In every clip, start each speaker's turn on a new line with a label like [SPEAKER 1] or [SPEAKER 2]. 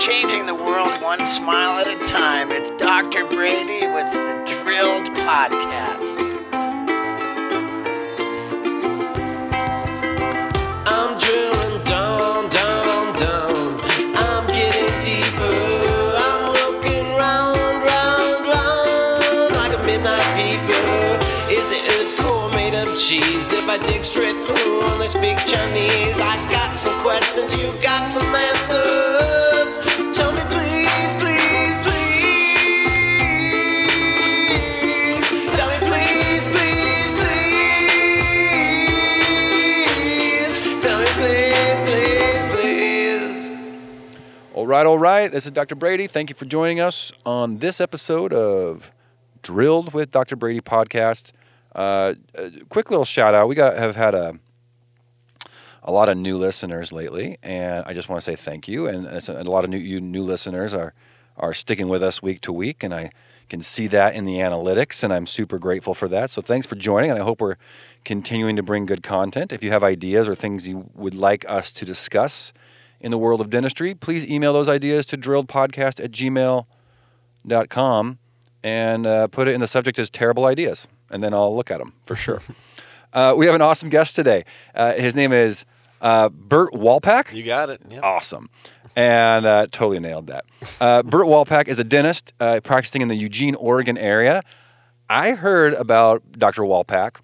[SPEAKER 1] changing the world one smile at a time. It's Dr. Brady with the Drilled Podcast.
[SPEAKER 2] I'm drilling down, down, down. I'm getting deeper. I'm looking round, round, round like a midnight peeper. Is the earth's core made of cheese? If I dig straight through on this big Chinese, I got some questions, you got some answers. Tell me, please, please, please. Tell me, please, please, please. Tell me, please, please, please.
[SPEAKER 3] All right, all right. This is Dr. Brady. Thank you for joining us on this episode of Drilled with Dr. Brady podcast. Uh, a quick little shout out. We got have had a a lot of new listeners lately, and I just want to say thank you. And it's a, a lot of new you new listeners are are sticking with us week to week, and I can see that in the analytics, and I'm super grateful for that. So thanks for joining, and I hope we're continuing to bring good content. If you have ideas or things you would like us to discuss in the world of dentistry, please email those ideas to drilledpodcast at gmail.com and uh, put it in the subject as terrible ideas, and then I'll look at them for sure. uh, we have an awesome guest today. Uh, his name is uh, Bert Walpack
[SPEAKER 2] You got it. Yeah.
[SPEAKER 3] awesome. And uh, totally nailed that. Uh, Bert Walpack is a dentist uh, practicing in the Eugene, Oregon area. I heard about Dr. Walpack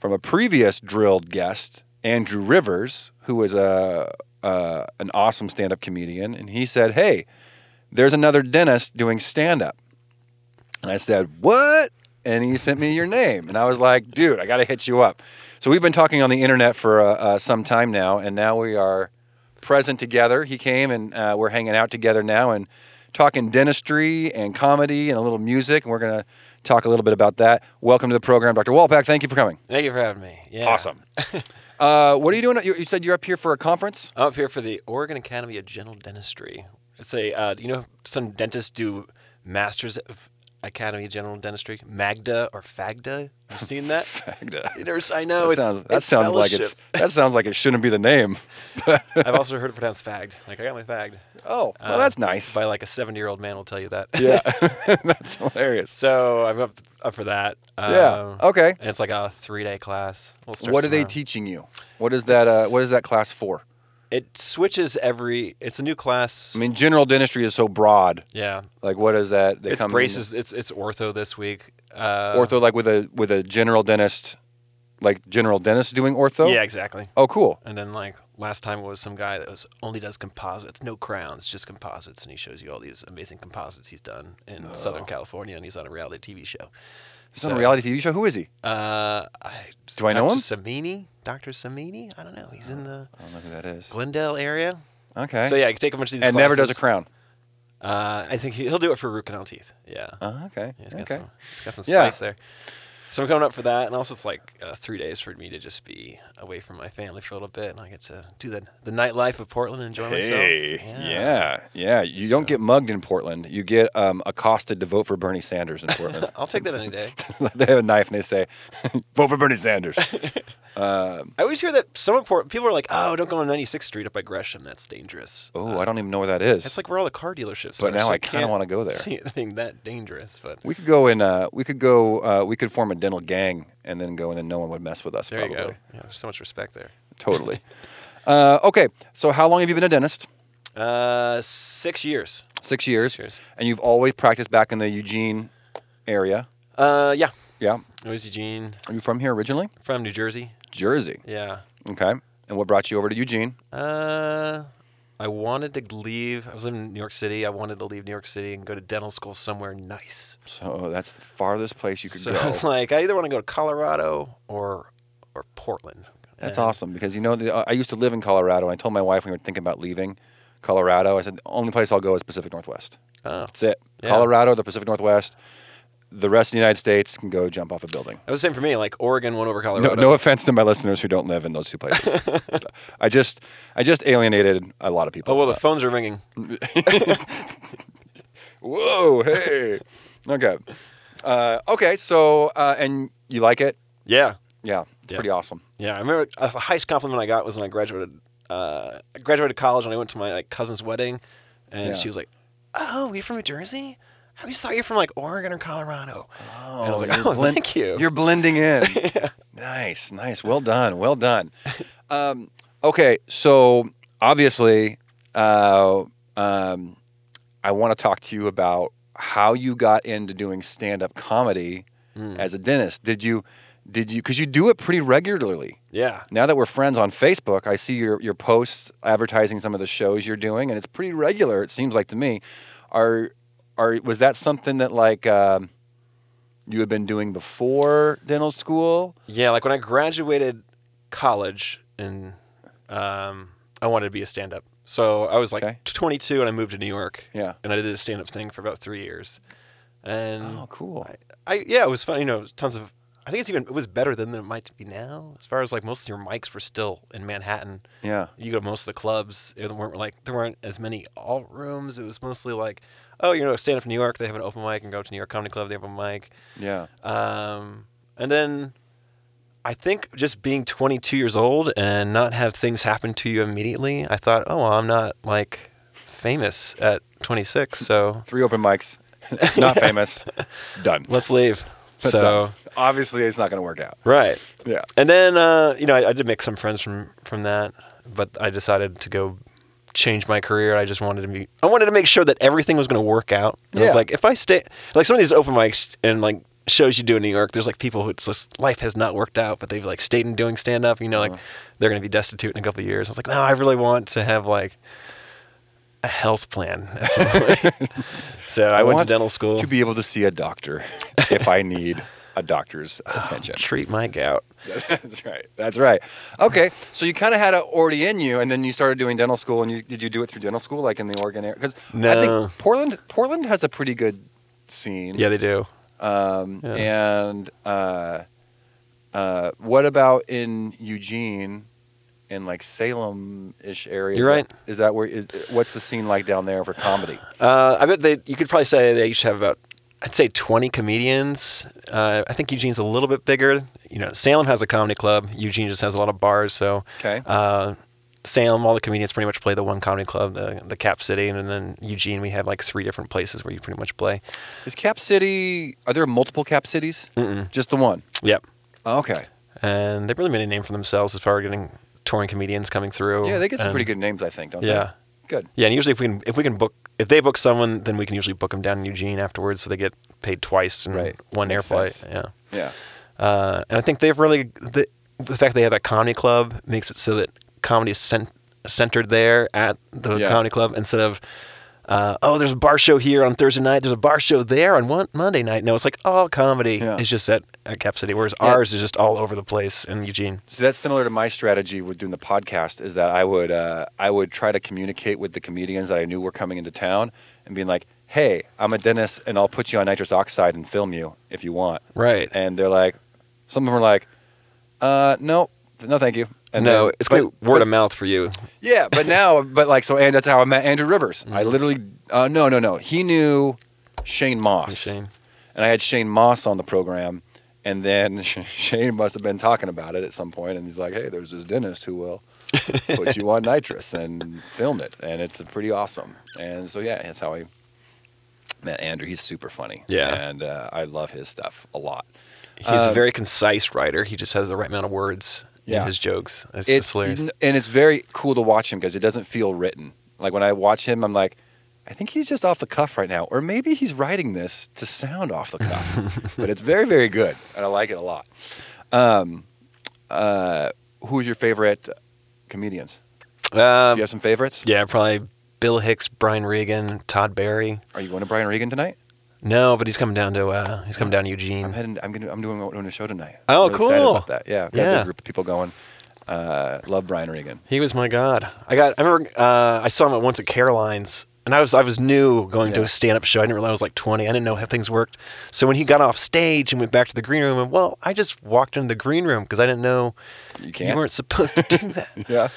[SPEAKER 3] from a previous drilled guest, Andrew Rivers, who was a, uh, an awesome stand up comedian. And he said, Hey, there's another dentist doing stand up. And I said, What? And he sent me your name. And I was like, Dude, I got to hit you up. So we've been talking on the internet for uh, uh, some time now. And now we are present together. He came and uh, we're hanging out together now and talking dentistry and comedy and a little music. And we're going to talk a little bit about that. Welcome to the program, Dr. Walpack. Thank you for coming.
[SPEAKER 2] Thank you for having me. Yeah.
[SPEAKER 3] Awesome. uh, what are you doing? You, you said you're up here for a conference?
[SPEAKER 2] I'm up here for the Oregon Academy of General Dentistry. It's a, uh, you know, some dentists do Masters of Academy of General Dentistry, MAGDA or FAGDA. Have you seen that? You never, s- I know.
[SPEAKER 3] that
[SPEAKER 2] it's,
[SPEAKER 3] sounds, that
[SPEAKER 2] it's
[SPEAKER 3] sounds like it's,
[SPEAKER 2] fellowship.
[SPEAKER 3] that sounds like it shouldn't be the name.
[SPEAKER 2] I've also heard it pronounced fagged. Like, I got my fagged.
[SPEAKER 3] Oh, well,
[SPEAKER 2] Uh,
[SPEAKER 3] that's nice.
[SPEAKER 2] By like a 70 year old man will tell you that.
[SPEAKER 3] yeah, that's hilarious.
[SPEAKER 2] so I'm up, up for that. Um,
[SPEAKER 3] Yeah. Okay.
[SPEAKER 2] And it's like a three day class. We'll start
[SPEAKER 3] What are they
[SPEAKER 2] tomorrow.
[SPEAKER 3] teaching you? What is that? Uh, what is that class for?
[SPEAKER 2] It switches every, it's a new class.
[SPEAKER 3] I mean, general dentistry is so broad.
[SPEAKER 2] yeah.
[SPEAKER 3] Like, what is that? They
[SPEAKER 2] It's
[SPEAKER 3] come in-
[SPEAKER 2] braces. It's it's ortho this week. Uh,
[SPEAKER 3] ortho, like with a with a general dentist, like general dentist doing ortho.
[SPEAKER 2] Yeah, exactly.
[SPEAKER 3] Oh, cool.
[SPEAKER 2] And then like last time it was some guy that was only does composites, no crowns, just composites, and he shows you all these amazing composites he's done in
[SPEAKER 3] Oh.
[SPEAKER 2] Southern California, and he's on a reality TV show.
[SPEAKER 3] He's on a
[SPEAKER 2] So,
[SPEAKER 3] reality TV show. Who is he?
[SPEAKER 2] Uh, I,
[SPEAKER 3] Do I know
[SPEAKER 2] Dr.
[SPEAKER 3] him?
[SPEAKER 2] Samini, Dr. Samini. I don't know. He's in the
[SPEAKER 3] I don't know who that is.
[SPEAKER 2] Glendale area.
[SPEAKER 3] Okay.
[SPEAKER 2] So yeah, you can take a bunch of these.
[SPEAKER 3] and never does a
[SPEAKER 2] classes.
[SPEAKER 3] crown.
[SPEAKER 2] Uh, I think he, he'll do it for root canal teeth. Yeah.
[SPEAKER 3] Uh, okay.
[SPEAKER 2] Yeah, He's got,
[SPEAKER 3] Okay.
[SPEAKER 2] some, he's got some
[SPEAKER 3] Yeah.
[SPEAKER 2] spice there. So I'm coming up for that, and also it's like uh, three days for me to just be away from my family for a little bit, and I get to do the the nightlife of Portland and enjoy myself.
[SPEAKER 3] Yeah. Yeah. You don't get mugged in Portland. You get um, accosted to vote for Bernie Sanders in Portland.
[SPEAKER 2] I'll take that any day.
[SPEAKER 3] they have a knife and they say, "Vote for Bernie Sanders." um,
[SPEAKER 2] I always hear that some of Port- people are like, "Oh, don't go on 96th Street up by Gresham. That's dangerous."
[SPEAKER 3] oh, I don't even know where that is.
[SPEAKER 2] It's like where all the car dealerships
[SPEAKER 3] But
[SPEAKER 2] are.
[SPEAKER 3] now
[SPEAKER 2] so
[SPEAKER 3] I kinda
[SPEAKER 2] can't
[SPEAKER 3] wanna go there.
[SPEAKER 2] See it being that dangerous, but
[SPEAKER 3] we could go in. Uh, we could go. Uh, we could form a dental gang and then go, and then no one would mess with us.
[SPEAKER 2] there
[SPEAKER 3] probably.
[SPEAKER 2] you go. Yeah, there's so much respect there.
[SPEAKER 3] Totally. uh, okay. So, how long have you been a dentist?
[SPEAKER 2] Uh, six years.
[SPEAKER 3] Six years.
[SPEAKER 2] years.
[SPEAKER 3] And you've always practiced back in the Eugene area.
[SPEAKER 2] Uh, yeah.
[SPEAKER 3] Yeah.
[SPEAKER 2] It was Eugene
[SPEAKER 3] Are you from here originally?
[SPEAKER 2] from New Jersey.
[SPEAKER 3] Jersey.
[SPEAKER 2] Yeah.
[SPEAKER 3] Okay. And what brought you over to Eugene?
[SPEAKER 2] Uh, I wanted to leave. I was living in New York City. I wanted to leave New York City and go to dental school somewhere nice.
[SPEAKER 3] So that's the farthest place you could
[SPEAKER 2] So
[SPEAKER 3] go.
[SPEAKER 2] it's like I either want to go to Colorado or or Portland.
[SPEAKER 3] That's
[SPEAKER 2] And
[SPEAKER 3] awesome because you know the, uh, I used to live in Colorado, and I told my wife when we were thinking about leaving Colorado, I said the only place I'll go is Pacific Northwest.
[SPEAKER 2] Oh.
[SPEAKER 3] That's it.
[SPEAKER 2] Yeah.
[SPEAKER 3] Colorado, the Pacific Northwest. The rest of the United States can go jump off a building.
[SPEAKER 2] That was the same for me. Like Oregon won over
[SPEAKER 3] No,
[SPEAKER 2] Colorado.
[SPEAKER 3] no offense to my listeners who don't live in those two places. I just, I just alienated a lot of people.
[SPEAKER 2] Oh well, the phones are ringing.
[SPEAKER 3] Mm. Whoa, hey. okay. Uh, okay, so, uh, and you like it?
[SPEAKER 2] Yeah,
[SPEAKER 3] Yeah, it's
[SPEAKER 2] Yeah.
[SPEAKER 3] pretty awesome.
[SPEAKER 2] yeah. I remember uh, the highest compliment I got was when I graduated. Uh, I graduated college and I went to my like cousin's wedding, And
[SPEAKER 3] Yeah.
[SPEAKER 2] she was like, "Oh, you're from New Jersey? I always thought you're from like Oregon or Colorado."
[SPEAKER 3] Oh,
[SPEAKER 2] I was like, "Oh, thank you."
[SPEAKER 3] You're blending in. Nice, nice. Well done. Well done. Um, okay, so obviously, uh, um, I want to talk to you about how you got into doing stand-up comedy
[SPEAKER 2] Mm.
[SPEAKER 3] as a dentist. Did you? Did you? Because you do it pretty regularly.
[SPEAKER 2] Yeah.
[SPEAKER 3] Now that we're friends on Facebook, I see your your posts advertising some of the shows you're doing, and it's pretty regular. It seems like to me. Are are was that something that like um, you had been doing before dental school?
[SPEAKER 2] Yeah, like when I graduated college and um, I wanted to be a stand up. So I was like
[SPEAKER 3] Okay.
[SPEAKER 2] 22 and I moved to New York
[SPEAKER 3] Yeah.
[SPEAKER 2] and I did a stand up thing for about three years. And
[SPEAKER 3] Oh, cool.
[SPEAKER 2] I, yeah, it was fun. You know, tons of, I think it's even, it was better than it might be now. As far as like most of your mics were still in Manhattan.
[SPEAKER 3] Yeah.
[SPEAKER 2] You go to most of the clubs. There weren't like, there weren't as many alt rooms. It was mostly like, oh, you know, stand up in New York, they have an open mic and go to New York Comedy Club, they have a mic.
[SPEAKER 3] Yeah.
[SPEAKER 2] Um, and then I think just being 22 years old and not have things happen to you immediately, I thought, oh, well, I'm not like famous at 26, so
[SPEAKER 3] Three open mics. Not famous. Done.
[SPEAKER 2] let's leave. so,
[SPEAKER 3] Done. obviously it's not going to work out.
[SPEAKER 2] right.
[SPEAKER 3] Yeah.
[SPEAKER 2] And then, uh, you know, I, I did make some friends from, from that, but I decided to go change my career. I just wanted to be, I wanted to make sure that everything was going to work out. And I
[SPEAKER 3] Yeah.
[SPEAKER 2] was like, if I stay, like some of these open mics and like shows you do in New York, there's like people who it's just, life has not worked out, but they've like stayed in doing stand up, you know,
[SPEAKER 3] Uh-huh.
[SPEAKER 2] like they're going to be destitute in a couple of years. I was like, no, I really want to have like a health plan at some point. so I, went to
[SPEAKER 3] want
[SPEAKER 2] dental school
[SPEAKER 3] To be able to see a doctor if I need a doctor's attention.
[SPEAKER 2] treat my gout.
[SPEAKER 3] That's right. That's right. Okay, so you kind of had it already in you, and then you started doing dental school. And you did you do it through dental school, like in the Oregon area? Because I
[SPEAKER 2] No.
[SPEAKER 3] think Portland, Portland has a pretty good scene.
[SPEAKER 2] Yeah, they do.
[SPEAKER 3] Um,
[SPEAKER 2] Yeah.
[SPEAKER 3] And uh, uh, what about in Eugene, in like Salem-ish area?
[SPEAKER 2] You're right.
[SPEAKER 3] Is that where? Is, what's the scene like down there for comedy?
[SPEAKER 2] Uh, I bet they. You could probably say they each have about, I'd say, twenty comedians. Uh, I think Eugene's a little bit bigger. You know, Salem has a comedy club. Eugene just has a lot of bars. So,
[SPEAKER 3] Okay.
[SPEAKER 2] uh, Salem, all the comedians pretty much play the one comedy club, uh, the the Cap City, and then Eugene, we have like three different places where you pretty much play.
[SPEAKER 3] Is Cap City? Are there multiple Cap cities?
[SPEAKER 2] Mm-mm. Oh,
[SPEAKER 3] Just the one.
[SPEAKER 2] Yep.
[SPEAKER 3] Okay.
[SPEAKER 2] And they've really made a name for themselves as far as getting touring comedians coming through.
[SPEAKER 3] Yeah, they get some
[SPEAKER 2] And-
[SPEAKER 3] pretty good names, I think, don't
[SPEAKER 2] Yeah.
[SPEAKER 3] they? Good.
[SPEAKER 2] Yeah, and usually if we can if we can book if they book someone, then we can usually book them down in Eugene afterwards, so they get paid twice and
[SPEAKER 3] Right.
[SPEAKER 2] one air
[SPEAKER 3] Makes
[SPEAKER 2] flight.
[SPEAKER 3] sense.
[SPEAKER 2] Yeah.
[SPEAKER 3] Yeah.
[SPEAKER 2] Uh, and I think they've really the, the fact they have that comedy club makes it so that comedy is cent- centered there at the
[SPEAKER 3] Yeah.
[SPEAKER 2] comedy club instead of uh, oh, there's a bar show here on Thursday night. There's a bar show there on one Monday night. No, it's like all comedy
[SPEAKER 3] Yeah.
[SPEAKER 2] is just at, at Cap City, whereas
[SPEAKER 3] Yeah.
[SPEAKER 2] ours is just all over the place in Eugene.
[SPEAKER 3] So that's similar to my strategy with doing the podcast is that I would uh, I would try to communicate with the comedians that I knew were coming into town and being like, "Hey, I'm a dentist and I'll put you on nitrous oxide and film you if you want."
[SPEAKER 2] Right.
[SPEAKER 3] And they're like, some of them are like, "Uh, no, no, thank you." And
[SPEAKER 2] no,
[SPEAKER 3] then-
[SPEAKER 2] it's
[SPEAKER 3] but-
[SPEAKER 2] great word
[SPEAKER 3] but-
[SPEAKER 2] of mouth Mm-hmm. for you.
[SPEAKER 3] Yeah, but now, but like, so and that's how I met Andrew Rivers. I literally, uh, no, no, no, he knew Shane Moss.
[SPEAKER 2] Shane.
[SPEAKER 3] and I had Shane Moss on the program, and then Shane must have been talking about it at some point, and he's like, "Hey, there's this dentist who will put you on nitrous and film it, and it's pretty awesome." And so yeah, that's how I met Andrew. He's super funny,
[SPEAKER 2] Yeah.
[SPEAKER 3] and uh, I love his stuff a lot.
[SPEAKER 2] He's
[SPEAKER 3] Um,
[SPEAKER 2] a very concise writer. He just has the right amount of words
[SPEAKER 3] Yeah.
[SPEAKER 2] in his jokes. It's, it's
[SPEAKER 3] It's
[SPEAKER 2] hilarious.
[SPEAKER 3] and it's very cool to watch him because it doesn't feel written. Like when I watch him, I'm like. I think he's just off the cuff right now, or maybe he's writing this to sound off the cuff. but it's very, very good, and I like it a lot. Um, uh, who's your favorite comedians? Do
[SPEAKER 2] Um,
[SPEAKER 3] you have some favorites?
[SPEAKER 2] yeah, probably Bill Hicks, Brian Regan, Todd Barry.
[SPEAKER 3] Are you going to Brian Regan tonight?
[SPEAKER 2] No, but he's coming down to uh, he's coming down to Eugene.
[SPEAKER 3] I'm heading. I'm going. to I'm doing, doing a show tonight.
[SPEAKER 2] Oh,
[SPEAKER 3] I'm really excited
[SPEAKER 2] cool.
[SPEAKER 3] about that. Yeah, I've got a
[SPEAKER 2] Yeah.
[SPEAKER 3] big group of people going. Uh, love Brian Regan.
[SPEAKER 2] He was my god. I got. I remember. Uh, I saw him at once at Caroline's, and I was I was new going to
[SPEAKER 3] Yeah.
[SPEAKER 2] a stand up show. I didn't realize I was like twenty. I didn't know how things worked. So when he got off stage and went back to the green room, and well, I just walked into the green room because I didn't know
[SPEAKER 3] You
[SPEAKER 2] you
[SPEAKER 3] can't.
[SPEAKER 2] weren't supposed to do that.
[SPEAKER 3] yeah.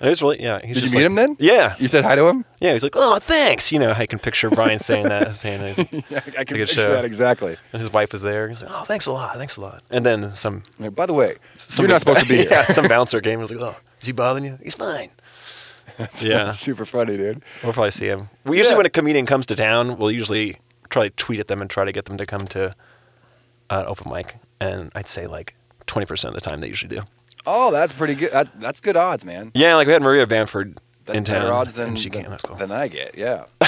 [SPEAKER 2] I was really yeah. He's
[SPEAKER 3] Did you
[SPEAKER 2] just
[SPEAKER 3] meet
[SPEAKER 2] like-
[SPEAKER 3] him then?
[SPEAKER 2] Yeah,
[SPEAKER 3] You said hi to him.
[SPEAKER 2] yeah. He's like, oh, thanks. You know, I can picture Brian saying that. Saying that.
[SPEAKER 3] Yeah, I can
[SPEAKER 2] Like a
[SPEAKER 3] picture
[SPEAKER 2] show.
[SPEAKER 3] that exactly.
[SPEAKER 2] And his wife was there. He's like, "Oh, thanks a lot, thanks a lot." And then some.
[SPEAKER 3] Like, by the way,
[SPEAKER 2] some
[SPEAKER 3] you're not supposed to be here.
[SPEAKER 2] yeah, some bouncer came. and was like, "Oh, is he bothering you? He's fine."
[SPEAKER 3] That's
[SPEAKER 2] Yeah.
[SPEAKER 3] super funny, dude.
[SPEAKER 2] We'll probably see him. We usually,
[SPEAKER 3] Yeah.
[SPEAKER 2] when a comedian comes to town, we'll usually try to tweet at them and try to get them to come to uh, open mic. And I'd say like 20% of the time they usually do.
[SPEAKER 3] Oh, that's pretty good. That, that's good odds, man.
[SPEAKER 2] Yeah, like we had Maria Bamford
[SPEAKER 3] That's
[SPEAKER 2] in town.
[SPEAKER 3] better odds than,
[SPEAKER 2] and she
[SPEAKER 3] than,
[SPEAKER 2] came. That's cool.
[SPEAKER 3] than I get.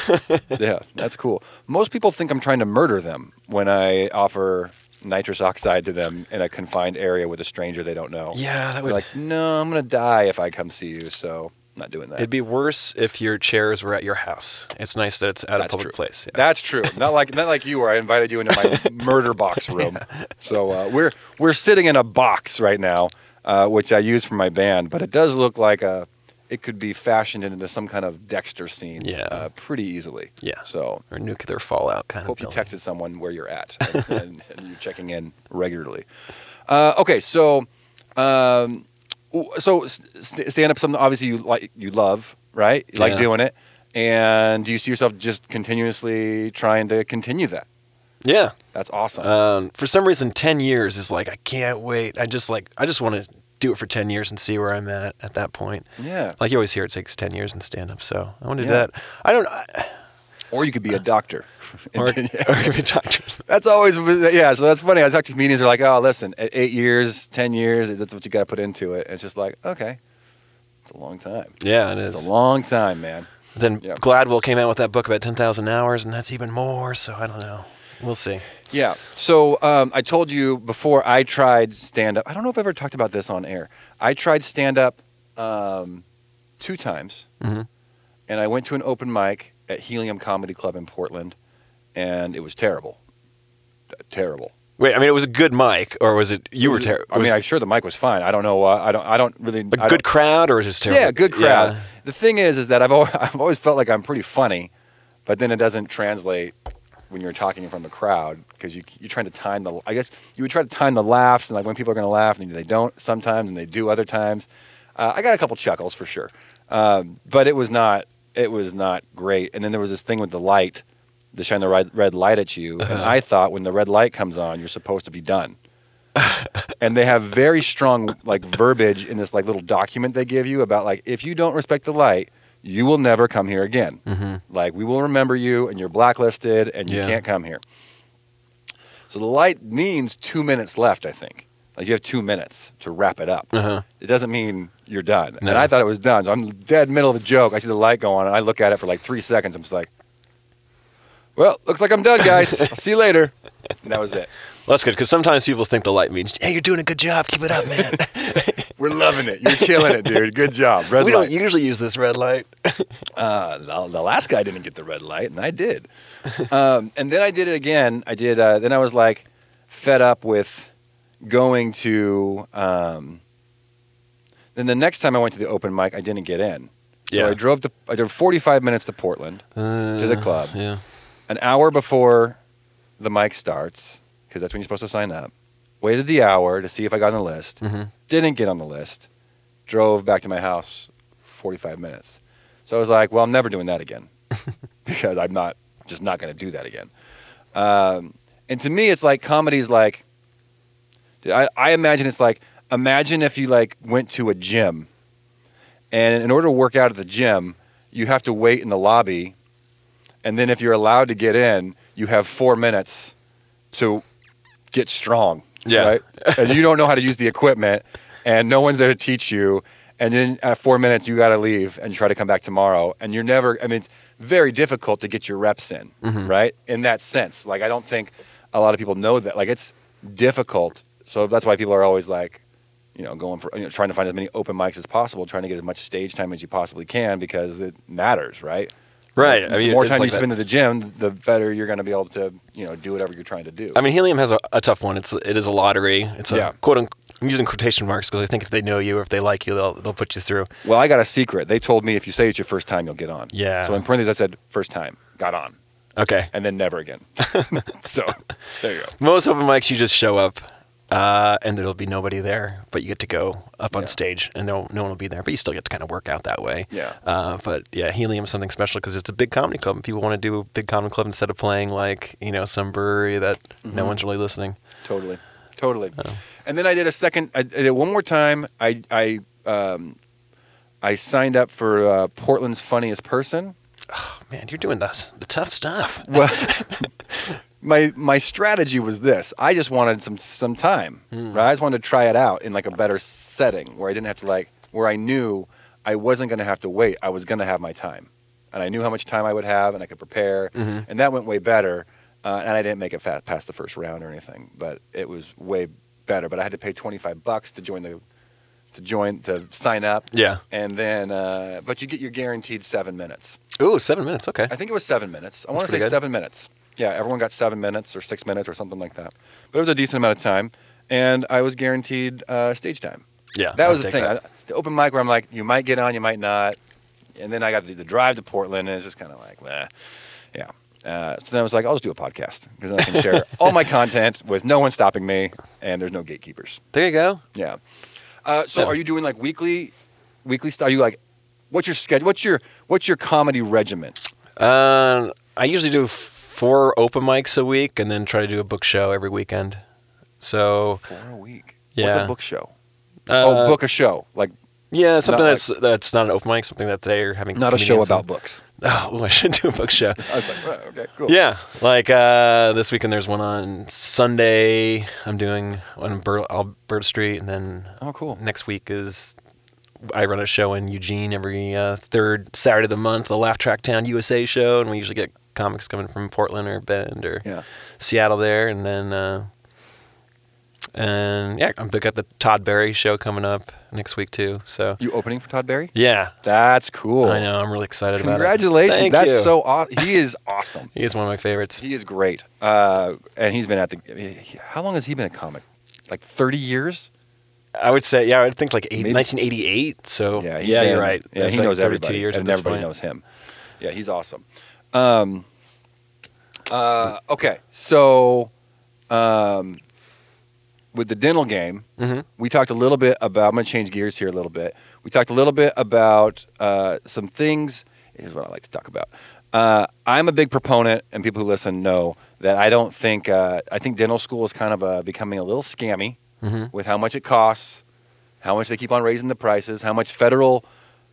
[SPEAKER 3] Yeah, yeah, that's cool. Most people think I'm trying to murder them when I offer nitrous oxide to them in a confined area with a stranger they don't know.
[SPEAKER 2] yeah, that
[SPEAKER 3] They're
[SPEAKER 2] would.
[SPEAKER 3] like, no, I'm gonna die if I come see you, so I'm not doing that.
[SPEAKER 2] it'd be worse if your chairs were at your house. It's nice that it's at a
[SPEAKER 3] That's
[SPEAKER 2] public
[SPEAKER 3] true.
[SPEAKER 2] place. Yeah.
[SPEAKER 3] That's true. Not like not like you where I invited you into my murder box room. So uh, we're we're sitting in a box right now, uh, which I use for my band, but it does look like a it could be fashioned into some kind of Dexter scene
[SPEAKER 2] Yeah.
[SPEAKER 3] uh, pretty easily.
[SPEAKER 2] Yeah.
[SPEAKER 3] So
[SPEAKER 2] or nuclear fallout kind
[SPEAKER 3] hope
[SPEAKER 2] of
[SPEAKER 3] you
[SPEAKER 2] building.
[SPEAKER 3] texted someone where you're at and, and, and you're checking in regularly. Uh, okay, so um, w- so st- stand up something obviously you like you love right you like
[SPEAKER 2] Yeah.
[SPEAKER 3] doing it, and do you see yourself just continuously trying to continue that?
[SPEAKER 2] Yeah.
[SPEAKER 3] That's awesome.
[SPEAKER 2] Um, for some reason, 10 years is like, I can't wait. I just like, I just want to do it for 10 years and see where I'm at at that point.
[SPEAKER 3] yeah,
[SPEAKER 2] Like you always hear, it takes 10 years in stand up. So I want to do
[SPEAKER 3] Yeah.
[SPEAKER 2] that. I don't, I,
[SPEAKER 3] or you could be a doctor.
[SPEAKER 2] uh, or, or could be doctors.
[SPEAKER 3] That's always yeah. So that's funny. I talk to comedians. They're like, "Oh, listen, at eight years, ten years, that's what you got to put into it." And it's just like, okay, it's a long time.
[SPEAKER 2] Yeah, it is.
[SPEAKER 3] It's a long time, man.
[SPEAKER 2] then
[SPEAKER 3] yeah.
[SPEAKER 2] Gladwell came out with that book about 10,000 hours, and that's even more. So I don't know. We'll see.
[SPEAKER 3] Yeah. So um, I told you before I tried stand up. I don't know if I've ever talked about this on air. I tried stand up um, two times,
[SPEAKER 2] Mhm.
[SPEAKER 3] and I went to an open mic at Helium Comedy Club in Portland, and it was terrible. Terrible.
[SPEAKER 2] Wait, I mean, it was a good mic, or was it you were terrible?
[SPEAKER 3] Mm-hmm. I mean, I'm sure the mic was fine. I don't know. Uh, I don't. I don't really. I
[SPEAKER 2] a good
[SPEAKER 3] don't-
[SPEAKER 2] crowd, or was it just terrible?
[SPEAKER 3] Yeah, good crowd. The thing is, is that I've always, I've always felt like I'm pretty funny, but then it doesn't translate when you're talking in front of a crowd because you you're trying to time the. I guess you would try to time the laughs and like when people are going to laugh and they don't sometimes and they do other times. Uh, I got a couple chuckles for sure, um, but it was not it was not great. And then there was this thing with the light, they shine the red, red light at you, and I thought when the red light comes on, you're supposed to be done and they have very strong like verbiage in this like little document they give you about like if you don't respect the light you will never come here again
[SPEAKER 2] Mm-hmm.
[SPEAKER 3] like we will remember you and you're blacklisted and you
[SPEAKER 2] Yeah.
[SPEAKER 3] can't come here so the light means two minutes left i think like you have two minutes to wrap it up
[SPEAKER 2] Uh-huh.
[SPEAKER 3] it doesn't mean you're done
[SPEAKER 2] No.
[SPEAKER 3] and i thought it was done so i'm dead middle of a joke i see the light go on and i look at it for like three seconds i'm just like well looks like i'm done guys i'll see you later and that was it
[SPEAKER 2] Well, that's good because sometimes people think the light means, "Hey, you're doing a good job. Keep it up, man."
[SPEAKER 3] We're loving it. You're killing it, dude. Good job. Red
[SPEAKER 2] we
[SPEAKER 3] light.
[SPEAKER 2] don't usually use this red light.
[SPEAKER 3] uh, the, the last guy didn't get the red light, and I did. um, and then I did it again. I did. Uh, then I was like fed up with going to. Um, then the next time I went to the open mic, I didn't get in.
[SPEAKER 2] Yeah.
[SPEAKER 3] So I drove to. I drove 45 minutes to Portland, to the club,
[SPEAKER 2] Yeah.
[SPEAKER 3] an hour before the mic starts, because that's when you're supposed to sign up. Waited the hour to see if I got on the list. Didn't get on the list. Drove back to my house 45 minutes. So I was like, well, I'm never doing that again because I'm not just not going to do that again. Um, and to me, it's like comedy's like, dude, I, I imagine it's like, imagine if you like went to a gym and in order to work out at the gym, you have to wait in the lobby. And then if you're allowed to get in, you have four minutes to get strong.
[SPEAKER 2] Yeah.
[SPEAKER 3] Right? and you don't know how to use the equipment, and no one's there to teach you. And then at four minutes, you got to leave and try to come back tomorrow. And you're never, I mean, it's very difficult to get your reps in, right? In that sense. Like, I don't think a lot of people know that. Like, it's difficult. So that's why people are always like, you know, going for, you know, trying to find as many open mics as possible, trying to get as much stage time as you possibly can because it matters, right?
[SPEAKER 2] Right.
[SPEAKER 3] Like,
[SPEAKER 2] I mean,
[SPEAKER 3] the more
[SPEAKER 2] it's
[SPEAKER 3] time
[SPEAKER 2] like
[SPEAKER 3] you
[SPEAKER 2] that.
[SPEAKER 3] spend at the gym, the better you're going to be able to, you know, do whatever you're trying to do.
[SPEAKER 2] I mean, helium has a, a tough one. It's it is a lottery. It's a
[SPEAKER 3] Yeah.
[SPEAKER 2] quote unquote. I'm using quotation marks because I think if they know you or if they like you, they'll they'll put you through.
[SPEAKER 3] Well, I got a secret. They told me if you say it's your first time, you'll get on.
[SPEAKER 2] Yeah.
[SPEAKER 3] So in parentheses, I said first time, got on,
[SPEAKER 2] Okay.
[SPEAKER 3] and then never again. so there you go.
[SPEAKER 2] Most open mics, you just show up, uh, and there'll be nobody there, but you get to go up on
[SPEAKER 3] Yeah.
[SPEAKER 2] stage, and no no one will be there, but you still get to kind of work out that way.
[SPEAKER 3] Yeah.
[SPEAKER 2] Uh, but yeah, helium is something special because it's a big comedy club, and people want to do a big comedy club instead of playing like you know some brewery that
[SPEAKER 3] Mm-hmm.
[SPEAKER 2] no one's really listening.
[SPEAKER 3] Totally,
[SPEAKER 2] Oh.
[SPEAKER 3] totally. And then I did a second. I did it one more time. I I um, I signed up for uh, Portland's Funniest Person.
[SPEAKER 2] Man, you're doing the, the tough stuff.
[SPEAKER 3] Well, my my strategy was this: I just wanted some some time. Right? I just wanted to try it out in like a better setting where I didn't have to like where I knew I wasn't going to have to wait. I was going to have my time, and I knew how much time I would have, and I could prepare, and that went way better. Uh, and I didn't make it fa- past the first round or anything, but it was way better. But I had to pay twenty five bucks to join the to join to sign up.
[SPEAKER 2] Yeah.
[SPEAKER 3] And then, uh, but you get your guaranteed seven minutes.
[SPEAKER 2] Ooh, seven minutes. Okay.
[SPEAKER 3] I think it was seven minutes. I want to say
[SPEAKER 2] pretty good.
[SPEAKER 3] seven minutes. Yeah, everyone got seven minutes or six minutes or something like that. But it was a decent amount of time, and I was guaranteed uh, stage time.
[SPEAKER 2] Yeah.
[SPEAKER 3] That
[SPEAKER 2] Ah, I'll
[SPEAKER 3] was the
[SPEAKER 2] take
[SPEAKER 3] thing.
[SPEAKER 2] that.
[SPEAKER 3] I, the open mic where I'm like, you might get on, you might not, and then I got to do the drive to Portland, and it's just kind of like, meh. yeah. Uh, so then I was like, I'll just do a podcast because then I can share all my content with no one stopping me, and there's no gatekeepers.
[SPEAKER 2] There you go.
[SPEAKER 3] Yeah. Uh, so
[SPEAKER 2] Yeah.
[SPEAKER 3] are you doing like weekly, weekly? St- are you like, what's your schedule? What's your what's your comedy regimen?
[SPEAKER 2] Uh, I usually do four open mics a week and then try to do a book show every weekend. So,
[SPEAKER 3] For a week. What's
[SPEAKER 2] Yeah.
[SPEAKER 3] a book show?
[SPEAKER 2] uh,
[SPEAKER 3] oh, book a show. Like
[SPEAKER 2] yeah, something
[SPEAKER 3] not
[SPEAKER 2] that's that's not an open mic, something that they're having.
[SPEAKER 3] not a show
[SPEAKER 2] comedians
[SPEAKER 3] about
[SPEAKER 2] in.
[SPEAKER 3] books.
[SPEAKER 2] Oh, I should do a book show.
[SPEAKER 3] I was like, oh, okay, cool.
[SPEAKER 2] Yeah, like uh, this weekend there's one on Sunday. I'm doing on Bur- Alberta Street, and then
[SPEAKER 3] Oh, cool.
[SPEAKER 2] next week is I run a show in Eugene every uh, third Saturday of the month, the Laugh Track Town USA show, and we usually get comics coming from Portland or Bend or
[SPEAKER 3] Yeah.
[SPEAKER 2] Seattle there, and then uh, and yeah, I'm they got the Todd Berry show coming up next week too. So
[SPEAKER 3] You opening for Todd Barry?
[SPEAKER 2] yeah,
[SPEAKER 3] That's cool.
[SPEAKER 2] I know I'm really excited
[SPEAKER 3] Congratulations.
[SPEAKER 2] about it. Thank
[SPEAKER 3] That's
[SPEAKER 2] you.
[SPEAKER 3] so awesome. He is awesome.
[SPEAKER 2] He is one of my favorites.
[SPEAKER 3] He is great. Uh, and he's been at the. he- How long has he been a comic? Like 30 years?
[SPEAKER 2] I would say, yeah, I would think like eight,
[SPEAKER 3] Maybe.
[SPEAKER 2] 1988. So yeah,
[SPEAKER 3] he's
[SPEAKER 2] yeah
[SPEAKER 3] been-
[SPEAKER 2] you're right.
[SPEAKER 3] Yeah,
[SPEAKER 2] That's
[SPEAKER 3] he
[SPEAKER 2] like
[SPEAKER 3] knows
[SPEAKER 2] 32
[SPEAKER 3] everybody.
[SPEAKER 2] Years
[SPEAKER 3] and
[SPEAKER 2] at this
[SPEAKER 3] everybody
[SPEAKER 2] point.
[SPEAKER 3] knows him. Yeah, he's awesome. Um, uh, okay, so um, with the dental game,
[SPEAKER 2] Mhm.
[SPEAKER 3] we talked a little bit about. I'm going to change gears here a little bit. We talked a little bit about uh, some things. Is what I like to talk about. Uh, I'm a big proponent, and people who listen know that I don't think. Uh, I think dental school is kind of uh, becoming a little scammy
[SPEAKER 2] Mhm.
[SPEAKER 3] with how much it costs, how much they keep on raising the prices, how much federal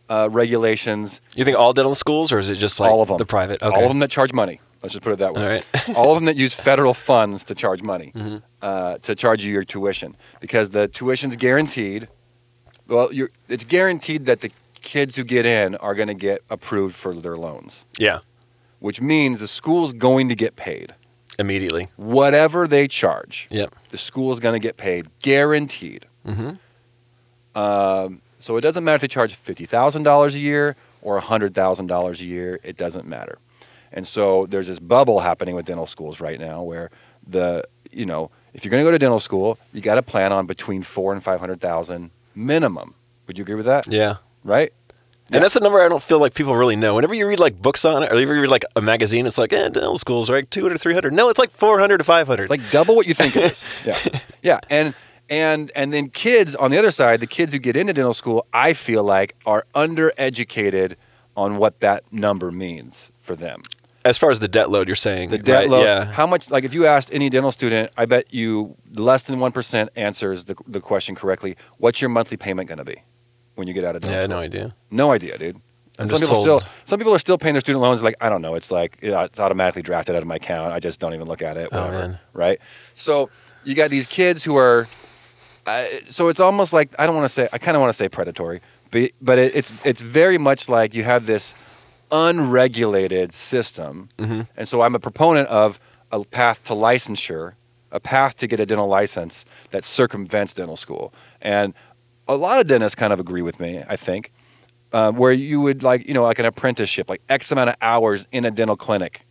[SPEAKER 3] uh, regulations,
[SPEAKER 2] You think all dental schools, or is it just like
[SPEAKER 3] all of them,
[SPEAKER 2] the private? Okay.
[SPEAKER 3] all of them that charge money. Let's just put it that way.
[SPEAKER 2] All right.
[SPEAKER 3] all of them that use federal funds to charge money,
[SPEAKER 2] Mhm.
[SPEAKER 3] uh, to charge you your tuition, because the tuition's guaranteed. Well, you're, it's guaranteed that the kids who get in are going to get approved for their loans,
[SPEAKER 2] Yeah,
[SPEAKER 3] which means the school's going to get paid.
[SPEAKER 2] immediately.
[SPEAKER 3] Whatever they charge,
[SPEAKER 2] Yep.
[SPEAKER 3] the school's going to get paid, guaranteed.
[SPEAKER 2] Mm-hmm.
[SPEAKER 3] Um, so it doesn't matter if they charge fifty thousand dollars a year or hundred thousand dollars a year. It doesn't matter. And so there's this bubble happening with dental schools right now, where the you know if you're going to go to dental school, you got to plan on between four and five hundred thousand minimum. Would you agree with that?
[SPEAKER 2] Yeah.
[SPEAKER 3] Right? Yeah.
[SPEAKER 2] And that's a number I don't feel like people really know. Whenever you read like books on it, or you read like a magazine, it's like, eh, dental schools are like 200, 300. No, it's like 400 to 500.
[SPEAKER 3] Like double what you think it is. Yeah, yeah. And and and then kids on the other side, the kids who get into dental school, I feel like are undereducated on what that number means for them.
[SPEAKER 2] as far as the debt load, you're saying.
[SPEAKER 3] The debt
[SPEAKER 2] right?
[SPEAKER 3] load.
[SPEAKER 2] Yeah.
[SPEAKER 3] How much? Like, if you asked any dental student, I bet you less than one percent answers the, the question correctly. What's your monthly payment going to be when you get out of dental
[SPEAKER 2] Yeah, I had
[SPEAKER 3] school?
[SPEAKER 2] no idea.
[SPEAKER 3] No idea, dude.
[SPEAKER 2] I'm
[SPEAKER 3] And
[SPEAKER 2] just
[SPEAKER 3] people
[SPEAKER 2] told-
[SPEAKER 3] still some people are still paying their student loans. Like, I don't know. It's like yeah, it's automatically drafted out of my account. I just don't even look at it.
[SPEAKER 2] Oh,
[SPEAKER 3] Whatever.
[SPEAKER 2] man.
[SPEAKER 3] Right. So you got these kids who are. Uh, so it's almost like I don't want to say. I kind of want to say predatory, but but it, it's it's very much like you have this unregulated system.
[SPEAKER 2] Mm-hmm.
[SPEAKER 3] And so I'm a proponent of a path to licensure, a path to get a dental license that circumvents dental school. And a lot of dentists kind of agree with me, I think, uh, where you would like, you know, like an apprenticeship, like X amount of hours in a dental clinic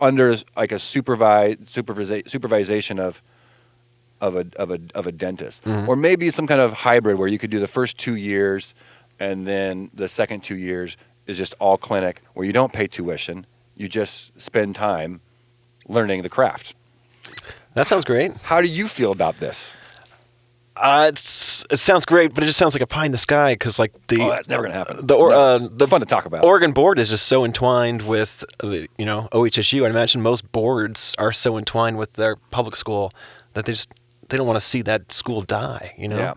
[SPEAKER 3] under like a supervise, supervisa- supervisation of. Of a, of, a, of a dentist,
[SPEAKER 2] Mm-hmm.
[SPEAKER 3] or maybe some kind of hybrid where you could do the first two years and then the second two years is just all clinic where you don't pay tuition you just spend time learning the craft
[SPEAKER 2] That sounds great.
[SPEAKER 3] how do you feel about this
[SPEAKER 2] Oh, Uh, it's, it sounds great, but it just sounds like a pie in the sky because like the
[SPEAKER 3] oh that's never gonna happen
[SPEAKER 2] the or,
[SPEAKER 3] No.
[SPEAKER 2] uh, the
[SPEAKER 3] it's fun to talk about
[SPEAKER 2] Oregon board is just so entwined with the you know OHSU. I imagine most boards are so entwined with their public school that they just they don't want to see that school die. You know,
[SPEAKER 3] yeah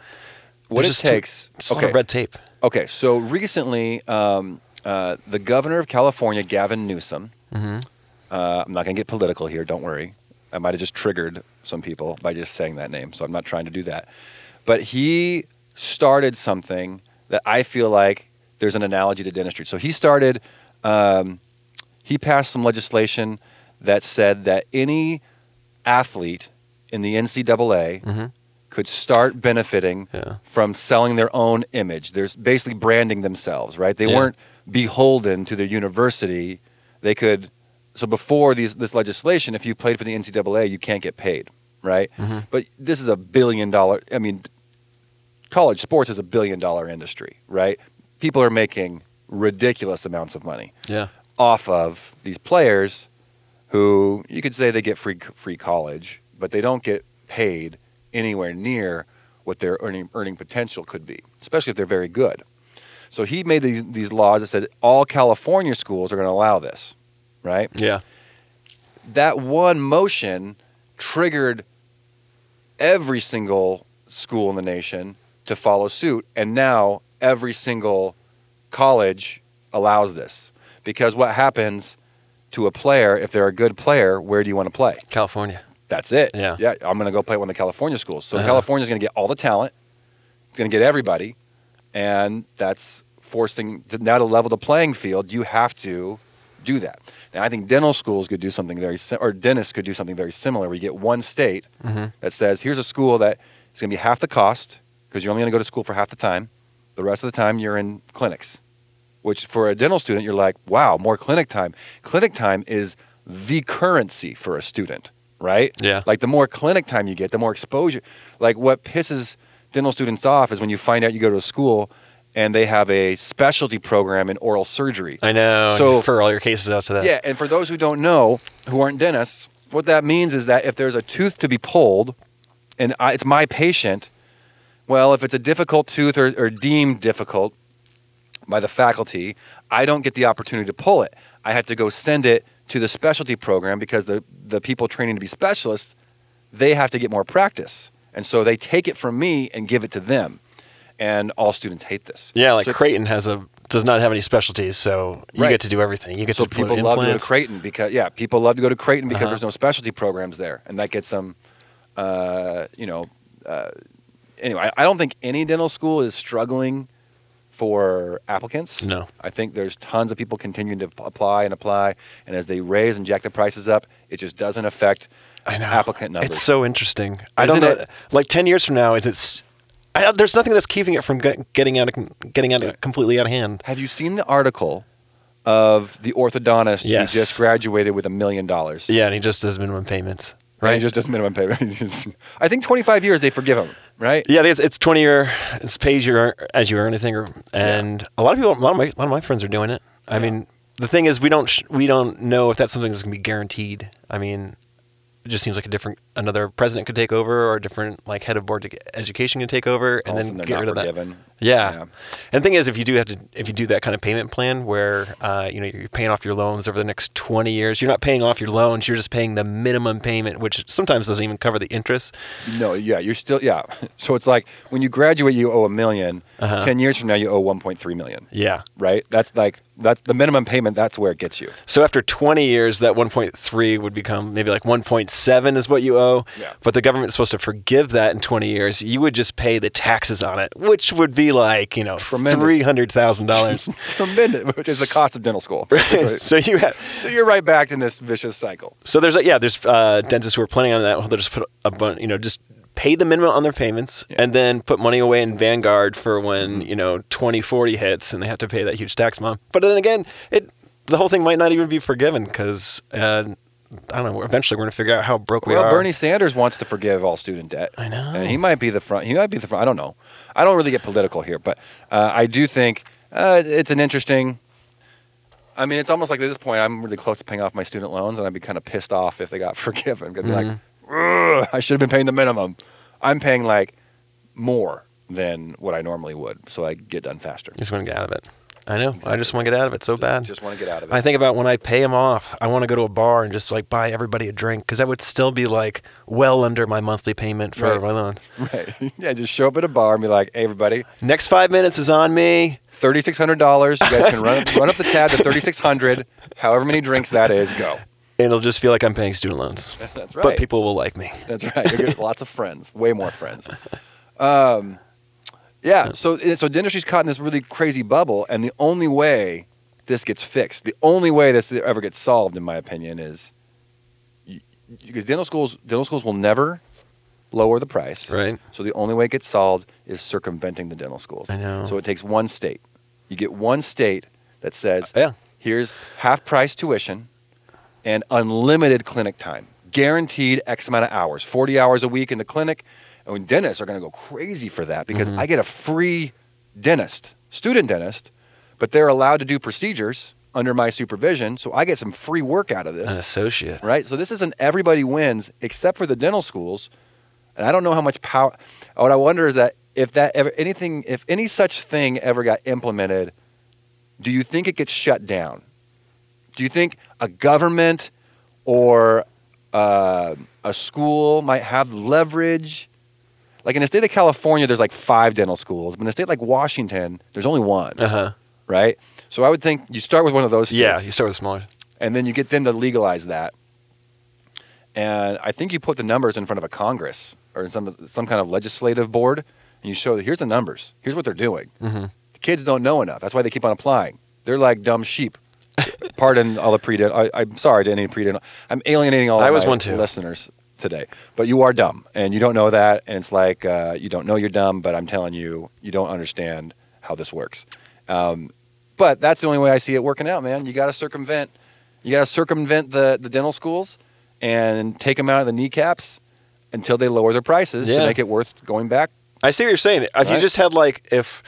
[SPEAKER 3] what
[SPEAKER 2] There's
[SPEAKER 3] it
[SPEAKER 2] just too-
[SPEAKER 3] takes
[SPEAKER 2] It's a lot of red tape.
[SPEAKER 3] Okay, so recently, um, uh, the governor of California, Gavin Newsom.
[SPEAKER 2] Mm-hmm.
[SPEAKER 3] Uh, I'm not gonna get political here. Don't worry. I might have just triggered some people by just saying that name, so I'm not trying to do that. But he started something that I feel like there's an analogy to dentistry. So he started. Um, he passed some legislation that said that any athlete in the NCAA
[SPEAKER 2] Mhm.
[SPEAKER 3] could start benefiting
[SPEAKER 2] Yeah.
[SPEAKER 3] from selling their own image. They're basically branding themselves, right? They
[SPEAKER 2] Yeah.
[SPEAKER 3] weren't beholden to their university. They could. So before these this legislation, if you played for the NCAA, you can't get paid, right?
[SPEAKER 2] Mhm.
[SPEAKER 3] But this is a billion dollar. I mean, college sports is a billion dollar industry, right? People are making ridiculous amounts of money
[SPEAKER 2] Yeah.
[SPEAKER 3] off of these players who you could say they get free free college, but they don't get paid anywhere near what their earning earning potential could be, especially if they're very good. So he made these these laws that said all California schools are going to allow this, right?
[SPEAKER 2] Yeah.
[SPEAKER 3] That one motion triggered every single school in the nation to follow suit, and now every single college allows this because what happens to a player if they're a good player? Where do you want to play?
[SPEAKER 2] California.
[SPEAKER 3] That's it.
[SPEAKER 2] Yeah.
[SPEAKER 3] Yeah. I'm going to go play at one of the California schools. So
[SPEAKER 2] Uh-huh.
[SPEAKER 3] California's going to get all the talent. It's going to get everybody. And that's forcing to, now to level the playing field. You have to do that. Now, I think dental schools could do something very, sim- or dentists could do something very similar where you get one state
[SPEAKER 2] Mm-hmm.
[SPEAKER 3] that says, here's a school that is going to be half the cost because you're only going to go to school for half the time. The rest of the time, you're in clinics, which for a dental student, you're like, wow, more clinic time. Clinic time is the currency for a student, right?
[SPEAKER 2] Yeah.
[SPEAKER 3] Like the more clinic time you get, the more exposure. Like what pisses dental students off is when you find out you go to a school and they have a specialty program in oral surgery.
[SPEAKER 2] I know.
[SPEAKER 3] So-
[SPEAKER 2] So refer all your cases out to that.
[SPEAKER 3] Yeah, and for those who don't know, who aren't dentists, what that means is that if there's a tooth to be pulled, and I, it's my patient, well, if it's a difficult tooth or, or deemed difficult by the faculty, I don't get the opportunity to pull it. I have to go send it to the specialty program because the, the people training to be specialists, they have to get more practice. And so they take it from me and give it to them. And all students hate this.
[SPEAKER 2] Yeah. Like
[SPEAKER 3] So-
[SPEAKER 2] Creighton has a does not have any specialties, so you
[SPEAKER 3] Right.
[SPEAKER 2] get to do everything. You get
[SPEAKER 3] so
[SPEAKER 2] to put
[SPEAKER 3] people love to go to
[SPEAKER 2] implants.
[SPEAKER 3] Creighton because yeah, people love to go to Creighton because
[SPEAKER 2] Uh-huh.
[SPEAKER 3] there's no specialty programs there, and that gets them, uh, you know. Uh, anyway, I I don't think any dental school is struggling for applicants.
[SPEAKER 2] No.
[SPEAKER 3] I think there's tons of people continuing to p- apply and apply, and as they raise and jack the prices up, it just doesn't affect
[SPEAKER 2] I know.
[SPEAKER 3] applicant numbers.
[SPEAKER 2] It's so interesting. I don't know.
[SPEAKER 3] Isn't it?
[SPEAKER 2] Like ten years from now, is it's I, there's nothing that's keeping it from get- getting out of getting out of, completely out of hand.
[SPEAKER 3] Have you seen the article of the orthodontist
[SPEAKER 2] Yes.
[SPEAKER 3] who just graduated with a million dollars?
[SPEAKER 2] Yeah, and he just does minimum payments,
[SPEAKER 3] Right,
[SPEAKER 2] right?
[SPEAKER 3] he just does minimum payment. He's just- I think 25 years they forgive him, right?
[SPEAKER 2] yeah, it's it's twenty year. It's pays you earn- as you earn, I think, or- and a lot of people, a lot of my, a lot of my friends are doing it. I mean, the thing is, we don't sh- we don't know if that's something that's gonna be guaranteed. I mean, it just seems like a different another president could take over, or a different like head of board of education could take over, and
[SPEAKER 3] All of a
[SPEAKER 2] then
[SPEAKER 3] sudden they're
[SPEAKER 2] get
[SPEAKER 3] not
[SPEAKER 2] rid of
[SPEAKER 3] forgiven.
[SPEAKER 2] that. Yeah.
[SPEAKER 3] Yeah.
[SPEAKER 2] and the thing is, if you do have to, if you do that kind of payment plan where uh, you know you're paying off your loans over the next twenty years, you're not paying off your loans, you're just paying the minimum payment, which sometimes doesn't even cover the interest.
[SPEAKER 3] No, yeah, you're still yeah. So it's like when you graduate, you owe a 1000000
[SPEAKER 2] Uh-huh.
[SPEAKER 3] Ten years from now, you owe one point three million.
[SPEAKER 2] Yeah.
[SPEAKER 3] Right? That's like that's the minimum payment. That's where it gets you.
[SPEAKER 2] So after 20 years, that 1.3 would become maybe like 1.7 is what you owe.
[SPEAKER 3] Yeah.
[SPEAKER 2] But the government's supposed to forgive that in 20 years. You would just pay the taxes on it, which would be like, you know,
[SPEAKER 3] Tremendous.
[SPEAKER 2] $300,000.
[SPEAKER 3] Tremendous, which is the cost of dental school.
[SPEAKER 2] so you have,
[SPEAKER 3] So you're right back in this vicious cycle.
[SPEAKER 2] so there's like, yeah, there's uh, dentists who are planning on that. They'll just put a bunch, you know, just pay the minimum on their payments
[SPEAKER 3] Yeah. Mm-hmm.
[SPEAKER 2] and then put money away in Vanguard for when, you know, 2040 hits and they have to pay that huge tax mom. But then again, it, the whole thing might not even be forgiven because, uh, I don't know. Eventually, we're going to figure out how broke we
[SPEAKER 3] well,
[SPEAKER 2] are.
[SPEAKER 3] Bernie Sanders wants to forgive all student debt.
[SPEAKER 2] I know.
[SPEAKER 3] and he might be the front. He might be the front. I don't know. I don't really get political here, but uh, I do think uh, it's an interesting. I mean, it's almost like at this point, I'm really close to paying off my student loans, and I'd be kind of pissed off if they got forgiven. I'm gonna be
[SPEAKER 2] Mm-hmm.
[SPEAKER 3] like, "Ugh, I should have been paying the minimum. I'm paying like more than what I normally would, so I get done faster.
[SPEAKER 2] Just want to get out of it. I know. I just want to get out of it so bad.
[SPEAKER 3] Just want to get out of it.
[SPEAKER 2] I think about when I pay them off, I want to go to a bar and just like buy everybody a drink because that would still be like well under my monthly payment for
[SPEAKER 3] Right.
[SPEAKER 2] my loan.
[SPEAKER 3] right. yeah, just show up at a bar and be like, "Hey, everybody,
[SPEAKER 2] Next five minutes is on me.
[SPEAKER 3] thirty six hundred dollars. You guys can run run up the tab to thirty six hundred. However many drinks that is, go.
[SPEAKER 2] It'll just feel like I'm paying student loans.
[SPEAKER 3] That's
[SPEAKER 2] But
[SPEAKER 3] right.
[SPEAKER 2] people will like me.
[SPEAKER 3] That's right. You'll get lots of friends, way more friends. Um, yeah. So eh, so dentistry's caught in this really crazy bubble, and the only way this gets fixed, the only way this ever gets solved, in my opinion, is you- because dental schools dental schools will never lower the price.
[SPEAKER 2] Right.
[SPEAKER 3] So the only way it gets solved is circumventing the dental schools.
[SPEAKER 2] I know.
[SPEAKER 3] So it takes one state. You get one state that says,
[SPEAKER 2] Yeah.
[SPEAKER 3] here's half price tuition and unlimited clinic time, guaranteed X amount of hours, 40 hours a week in the clinic. And when dentists are going to go crazy for that because I get a free dentist, student dentist, but they're allowed to do procedures under my supervision. So I get some free work out of this
[SPEAKER 2] An associate.
[SPEAKER 3] right? So this isn't everybody wins except for the dental schools, and I don't know how much power. What I wonder is that if that ever anything, if any such thing ever got implemented, do you think it gets shut down? Do you think a government or uh, a school might have leverage? Like in the state of California, there's like five dental schools, but in a state like Washington, there's only one,
[SPEAKER 2] Uh huh.
[SPEAKER 3] right? So I would think you start with one of those. States
[SPEAKER 2] Yeah. You start with smaller.
[SPEAKER 3] and then you get them to legalize that. And I think you put the numbers in front of a Congress or in some some kind of legislative board, and you show here's the numbers, here's what they're doing.
[SPEAKER 2] Mhm.
[SPEAKER 3] The kids don't know enough. That's why they keep on applying. They're like dumb sheep. Pardon all the pre. I, I'm sorry to any pre. I'm alienating all.
[SPEAKER 2] I
[SPEAKER 3] of
[SPEAKER 2] was
[SPEAKER 3] my
[SPEAKER 2] one too.
[SPEAKER 3] Listeners today, but you are dumb and you don't know that, and it's like uh, you don't know you're dumb, but I'm telling you, you don't understand how this works. Um, but that's the only way I see it working out, man. You got to circumvent, you got to circumvent the, the dental schools and take them out of the kneecaps until they lower their prices
[SPEAKER 2] Yeah.
[SPEAKER 3] to make it worth going back.
[SPEAKER 2] I see what you're saying. If you
[SPEAKER 3] Right.
[SPEAKER 2] just had like if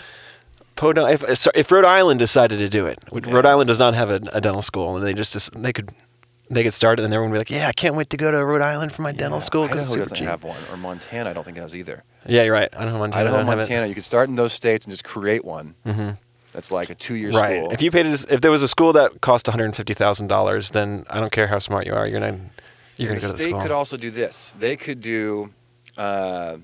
[SPEAKER 2] Podunk, if sorry, if Rhode Island decided to do it, which Rhode Island does not have a, a dental school, and they just just- they could they could start it, and everyone would be like, "Yeah, I can't wait to go to Rhode Island for my dental school
[SPEAKER 3] Idaho
[SPEAKER 2] because it's super
[SPEAKER 3] doesn't
[SPEAKER 2] cheap."
[SPEAKER 3] have one, or Montana. I don't think it has either.
[SPEAKER 2] Yeah, you're right. Idaho, Montana,
[SPEAKER 3] Idaho,
[SPEAKER 2] don't have it. Mm-hmm.
[SPEAKER 3] Montana. You could start in those states and just create one. That's like a two-year
[SPEAKER 2] Right.
[SPEAKER 3] school.
[SPEAKER 2] If you paid, it, if there was a school that cost one hundred fifty thousand dollars, then I don't care how smart you are, you're gonna you're gonna
[SPEAKER 3] the
[SPEAKER 2] go to the
[SPEAKER 3] state
[SPEAKER 2] school.
[SPEAKER 3] could also do this. They could do. Uh,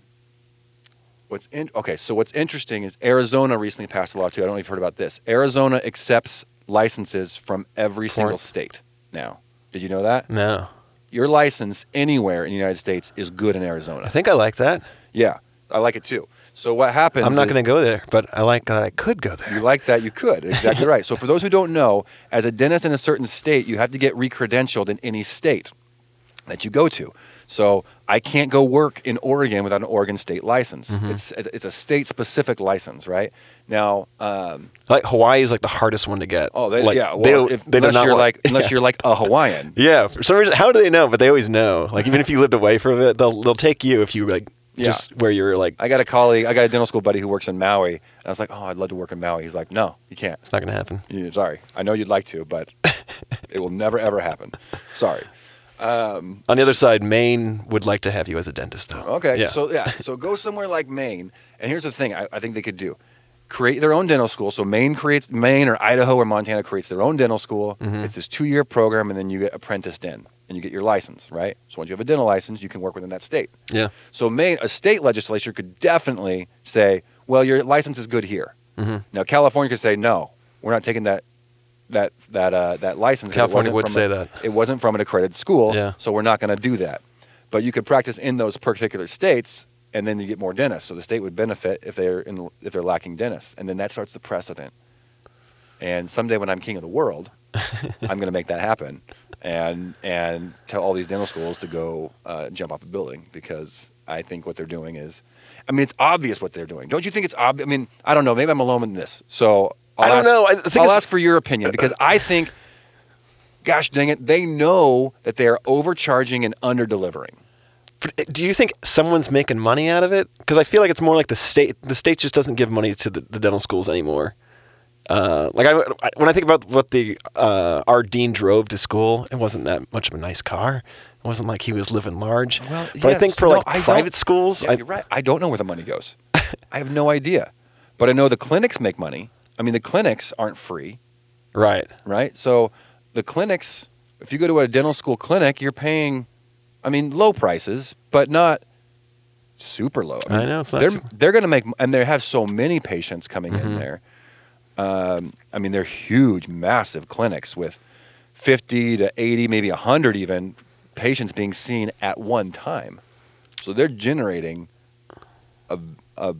[SPEAKER 3] what's in, okay? So what's interesting is Arizona recently passed a law too. I don't know if you've heard about this. Arizona accepts licenses from every
[SPEAKER 2] Foreign-
[SPEAKER 3] single state now. Did you know that
[SPEAKER 2] no,
[SPEAKER 3] your license anywhere in the United States is good in
[SPEAKER 2] I
[SPEAKER 3] Arizona?
[SPEAKER 2] think I like that.
[SPEAKER 3] Yeah, I like it too. So what happens?
[SPEAKER 2] I'm not
[SPEAKER 3] is-
[SPEAKER 2] gonna go there, but I like that I could go
[SPEAKER 3] you
[SPEAKER 2] there.
[SPEAKER 3] like that, you could. Exactly right. So, for those who don't know, as a dentist in a certain state, you have to get recredentialed in any state that you go to. So, I can't go work in Oregon without an Oregon state license.
[SPEAKER 2] Mm-hmm.
[SPEAKER 3] It's it's a state specific license, right? Now, um,
[SPEAKER 2] Like Hawaii is like the hardest one to get.
[SPEAKER 3] oh, they,
[SPEAKER 2] like,
[SPEAKER 3] yeah.
[SPEAKER 2] they
[SPEAKER 3] Well,
[SPEAKER 2] don't,
[SPEAKER 3] if,
[SPEAKER 2] they do
[SPEAKER 3] unless
[SPEAKER 2] not
[SPEAKER 3] you're
[SPEAKER 2] want-
[SPEAKER 3] like unless you're like a Hawaiian,
[SPEAKER 2] Yeah, for some reason, how do they know? But they always know. Like even if you lived away from it, they'll they'll take you if you like
[SPEAKER 3] Yeah.
[SPEAKER 2] just where you're like
[SPEAKER 3] I got a colleague, I got a dental school buddy who works in Maui, and I was like, oh, I'd love to work in Maui. He's like, no, you can't.
[SPEAKER 2] it's not gonna happen.
[SPEAKER 3] Yeah, sorry, I know you'd like to, but it will never ever happen. Sorry.
[SPEAKER 2] On the other side, Maine would like to have you as a dentist though.
[SPEAKER 3] Okay.
[SPEAKER 2] Yeah.
[SPEAKER 3] So yeah. So go somewhere like Maine. And here's the thing: I, I think they could do create their own dental school. So Maine creates Maine or Idaho or Montana creates their own dental school. It's this two-year program, and then you get apprenticed in, and you get your license, right? So once you have a dental license, you can work within that state.
[SPEAKER 2] yeah.
[SPEAKER 3] So Maine, a state legislature could definitely say, "Well, your license is good here."
[SPEAKER 2] Mhm.
[SPEAKER 3] Now California could say, "No, we're not taking that." That that uh, that license. 'cause it
[SPEAKER 2] California
[SPEAKER 3] wasn't
[SPEAKER 2] would
[SPEAKER 3] from
[SPEAKER 2] say
[SPEAKER 3] a-
[SPEAKER 2] that.
[SPEAKER 3] it wasn't from an accredited school,
[SPEAKER 2] Yeah.
[SPEAKER 3] so we're not going to do that. But you could practice in those particular states, and then you get more dentists. So the state would benefit if they're in, if they're lacking dentists, and then that starts the precedent. And someday, when I'm king of the world, I'm going to make that happen, and and tell all these dental schools to go uh, jump off a building because I think what they're doing is, I mean, it's obvious what they're doing. Don't you think it's obvious? I mean, I don't know. Maybe I'm alone in this. So I'll
[SPEAKER 2] I don't
[SPEAKER 3] ask-
[SPEAKER 2] know. I think
[SPEAKER 3] I'll
[SPEAKER 2] it's-
[SPEAKER 3] ask for your opinion because I think, gosh dang it, they know that they are overcharging and underdelivering.
[SPEAKER 2] But Do you think someone's making money out of it? Because I feel like it's more like the state. The state just doesn't give money to the, the dental schools anymore. Uh, like I, I- when I think about what the uh, our dean drove to school, it wasn't that much of a nice car. It wasn't like he was living large.
[SPEAKER 3] Well,
[SPEAKER 2] but I
[SPEAKER 3] yes.
[SPEAKER 2] think for
[SPEAKER 3] No,
[SPEAKER 2] like
[SPEAKER 3] I don't-
[SPEAKER 2] private schools,
[SPEAKER 3] Yeah,
[SPEAKER 2] I,
[SPEAKER 3] you're right. I don't know where the money goes. I have no idea, but I know the clinics make money. I I mean, the clinics aren't free,
[SPEAKER 2] Right.
[SPEAKER 3] right? So the clinics, if you go to a dental school clinic, you're paying, I mean, low prices, but not super low.
[SPEAKER 2] I know, it's not
[SPEAKER 3] they're
[SPEAKER 2] super- Mm-hmm.
[SPEAKER 3] they're going to make, and they have so many patients coming in there. Um, I mean, they're huge, massive clinics with 50 to 80, maybe 100 even patients being seen at one time. So they're generating a, a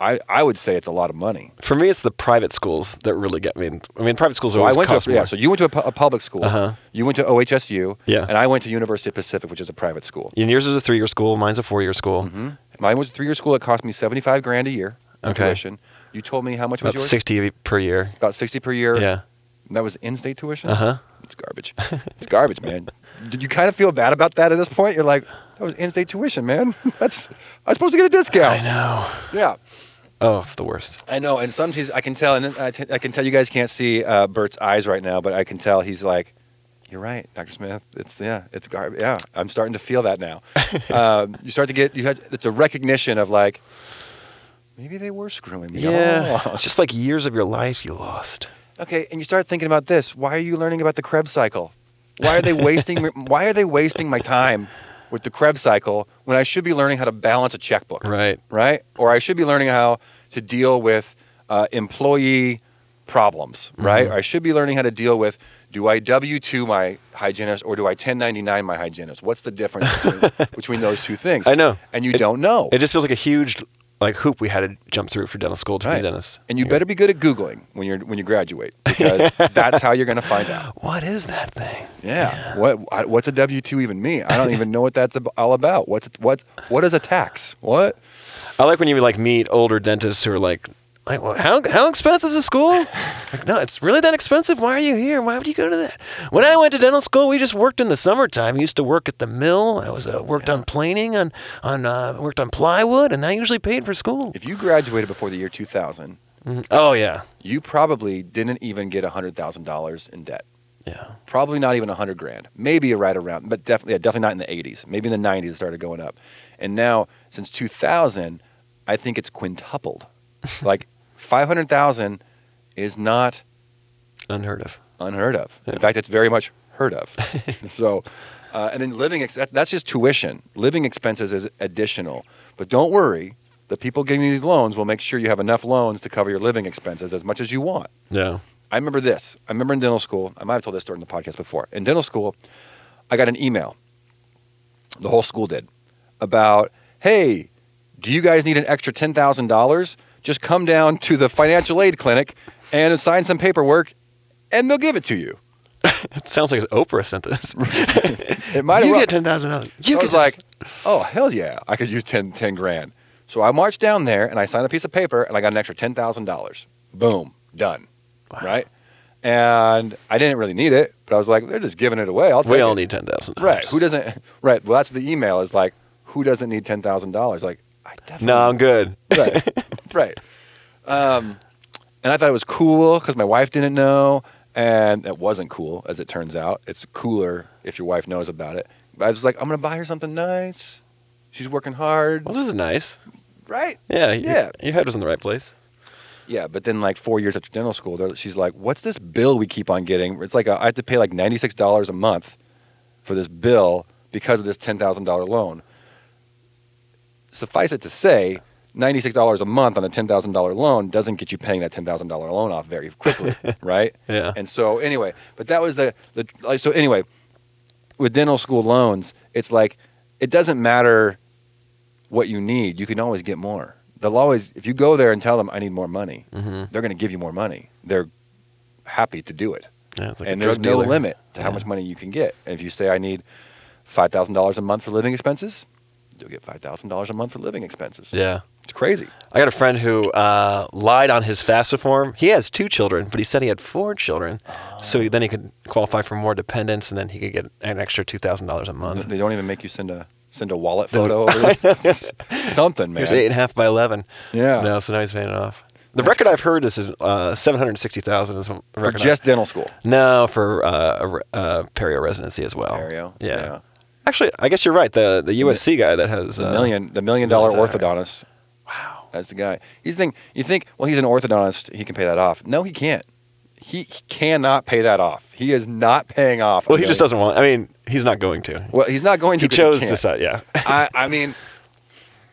[SPEAKER 3] I, I would say it's a lot of money.
[SPEAKER 2] For me, it's the private schools that really get me. in- I mean, private schools
[SPEAKER 3] So I
[SPEAKER 2] always
[SPEAKER 3] went to
[SPEAKER 2] cost
[SPEAKER 3] a,
[SPEAKER 2] more.
[SPEAKER 3] yeah. So you went to a, pu- a public school.
[SPEAKER 2] Uh-huh.
[SPEAKER 3] You went to OHSU.
[SPEAKER 2] Yeah.
[SPEAKER 3] And I went to University of Pacific, which is a private school.
[SPEAKER 2] And yours is a three-year school. Mine's a four-year school.
[SPEAKER 3] Mm-hmm. Mine was a three-year school. It cost me seventy-five grand a year. in
[SPEAKER 2] Okay.
[SPEAKER 3] Tuition. You told me how much was
[SPEAKER 2] About
[SPEAKER 3] yours?
[SPEAKER 2] sixty per year.
[SPEAKER 3] About sixty per year.
[SPEAKER 2] Yeah.
[SPEAKER 3] And that was in-state tuition.
[SPEAKER 2] Uh huh.
[SPEAKER 3] It's garbage. it's garbage, man. Did you kind of feel bad about that at this point? You're like, that was in-state tuition, man. That's I was supposed to get a
[SPEAKER 2] I
[SPEAKER 3] discount.
[SPEAKER 2] know.
[SPEAKER 3] Yeah.
[SPEAKER 2] Oh, it's the worst.
[SPEAKER 3] I know, and sometimes I can tell, and then I, t- I can tell you guys can't see uh, Bert's eyes right now, but I can tell he's like, "You're right, Doctor Smith. It's yeah, it's garbage. Yeah, I'm starting to feel that now. um, you start to get you had it's a recognition of like, maybe they were screwing me. all along.
[SPEAKER 2] It's just like years of your life you lost.
[SPEAKER 3] okay, and you start thinking about this. Why are you learning about the Krebs cycle? Why are they wasting? why are they wasting my time with the Krebs cycle when I should be learning how to balance a checkbook?
[SPEAKER 2] Right.
[SPEAKER 3] right? Or I should be learning how to deal with uh, employee problems,
[SPEAKER 2] Mm-hmm.
[SPEAKER 3] right? Or I should be learning how to deal with do I W 2 my hygienist or do I 1099 my hygienist? What's the difference between, between those two things?
[SPEAKER 2] I know.
[SPEAKER 3] And you don't know.
[SPEAKER 2] It just feels like a huge like hoop we had to jump through for dental school to be
[SPEAKER 3] Right.
[SPEAKER 2] a dentist.
[SPEAKER 3] and you better be good at Googling when, you're, when you graduate because that's how you're going to find out.
[SPEAKER 2] What is that thing?
[SPEAKER 3] Yeah. What I, what's a W two even mean? I don't even know what that's ab- all about. What's what what is a tax? What?
[SPEAKER 2] I like when you like meet older dentists who are like, like well, how how expensive is the school? Like, no, it's really that expensive. Why are you here? Why would you go to that? When I went to dental school, we just worked in the summertime. I used to work at the mill. I was uh, worked on planing on on uh, worked on plywood, and that usually paid for school.
[SPEAKER 3] If you graduated before the year two thousand,
[SPEAKER 2] Oh yeah,
[SPEAKER 3] you probably didn't even get $100,000 in debt.
[SPEAKER 2] yeah.
[SPEAKER 3] Probably not even 100 grand. Maybe right around, but definitely, yeah, definitely not in the 80s. Maybe in the 90s it started going up. And now, since 2000, I think it's quintupled. like 500,000 is not
[SPEAKER 2] Unheard of.
[SPEAKER 3] unheard of. In fact, it's very much heard of. so, uh, and then living ex- that's, that's just tuition. Living expenses is additional. But don't worry, the people getting these loans will make sure you have enough loans to cover your living expenses as much as you want.
[SPEAKER 2] Yeah.
[SPEAKER 3] I remember this. I remember in dental school, I might have told this story in the podcast before. In dental school, I got an email, the whole school did, about, hey, do you guys need an extra $10,000? Just come down to the financial aid clinic and sign some paperwork, and they'll give it to you.
[SPEAKER 2] It sounds like Oprah sent this.
[SPEAKER 3] It might have
[SPEAKER 2] you
[SPEAKER 3] well-
[SPEAKER 2] get ten thousand dollars. You
[SPEAKER 3] so I
[SPEAKER 2] get
[SPEAKER 3] was like, oh, hell yeah, I could use 10, 10 grand. So I marched down there and I signed a piece of paper and I got an extra $10,000. Boom, done. Right? And I didn't really need it, but I was like, they're just giving it away. I'll take
[SPEAKER 2] we
[SPEAKER 3] it.
[SPEAKER 2] all need ten thousand.
[SPEAKER 3] Right. Who doesn't? Right. Well, that's the email is like, who doesn't need $10,000? Like, I definitely.
[SPEAKER 2] No, I'm good.
[SPEAKER 3] Right. right. Um, and I thought it was cool because my wife didn't know, and it wasn't cool as it turns out. It's cooler if your wife knows about it. But I was like, I'm gonna buy her something nice. She's working hard,
[SPEAKER 2] Well, this is nice.
[SPEAKER 3] right?
[SPEAKER 2] Yeah. y-
[SPEAKER 3] Yeah.
[SPEAKER 2] Your head was in the right place.
[SPEAKER 3] Yeah. But then, like four years after dental school, they're- she's like, "What's this bill we keep on getting? It's like a, I have to pay like ninety six dollars a month for this bill because of this ten thousand dollar loan." suffice it to say, $96 a month on a $10,000 loan doesn't get you paying that $10,000 loan off very quickly, right?
[SPEAKER 2] Yeah.
[SPEAKER 3] And so anyway, but that was the the like, so anyway, with dental school loans, it's like it doesn't matter what you need, you can always get more. They'll always if you go there and tell them I need more money,
[SPEAKER 2] Mm-hmm.
[SPEAKER 3] they're going to give you more money. They're happy to do it
[SPEAKER 2] Yeah, it's like
[SPEAKER 3] and
[SPEAKER 2] a
[SPEAKER 3] there's
[SPEAKER 2] drug dealer.
[SPEAKER 3] no limit to how
[SPEAKER 2] Yeah.
[SPEAKER 3] much money you can get. And if you say I need five thousand dollars a month for living expenses, you'll get five thousand dollars a month for living expenses.
[SPEAKER 2] Yeah.
[SPEAKER 3] it's crazy.
[SPEAKER 2] I got a friend who uh, lied on his FAFSA form. He has two children, but he said he had four children, so he, then he could qualify for more dependents, and then he could get an extra two thousand dollars a month.
[SPEAKER 3] They don't even make you send a send a wallet photo. over there. Something,
[SPEAKER 2] He
[SPEAKER 3] man.
[SPEAKER 2] was eight and a half by eleven.
[SPEAKER 3] Yeah.
[SPEAKER 2] No, so now he's paying it off. The record I've heard is uh, seven hundred sixty thousand is a
[SPEAKER 3] For
[SPEAKER 2] record. I-
[SPEAKER 3] just dental school.
[SPEAKER 2] no, for uh, a re- uh, perio residency as well.
[SPEAKER 3] Perio,
[SPEAKER 2] Yeah.
[SPEAKER 3] yeah.
[SPEAKER 2] Actually, I guess you're right. The the USC guy that has
[SPEAKER 3] The
[SPEAKER 2] uh,
[SPEAKER 3] million, the million dollar
[SPEAKER 2] that's all right.
[SPEAKER 3] orthodontist.
[SPEAKER 2] Wow.
[SPEAKER 3] That's the guy. He's think you think well he's an orthodontist. He can pay that off. No, he can't. He, he cannot pay that off. He is not paying off.
[SPEAKER 2] Well, he
[SPEAKER 3] okay?
[SPEAKER 2] just doesn't want. I mean, he's not going to.
[SPEAKER 3] Well, he's not going to.
[SPEAKER 2] He
[SPEAKER 3] 'cause
[SPEAKER 2] chose
[SPEAKER 3] can't.
[SPEAKER 2] to side. Yeah.
[SPEAKER 3] I, I mean,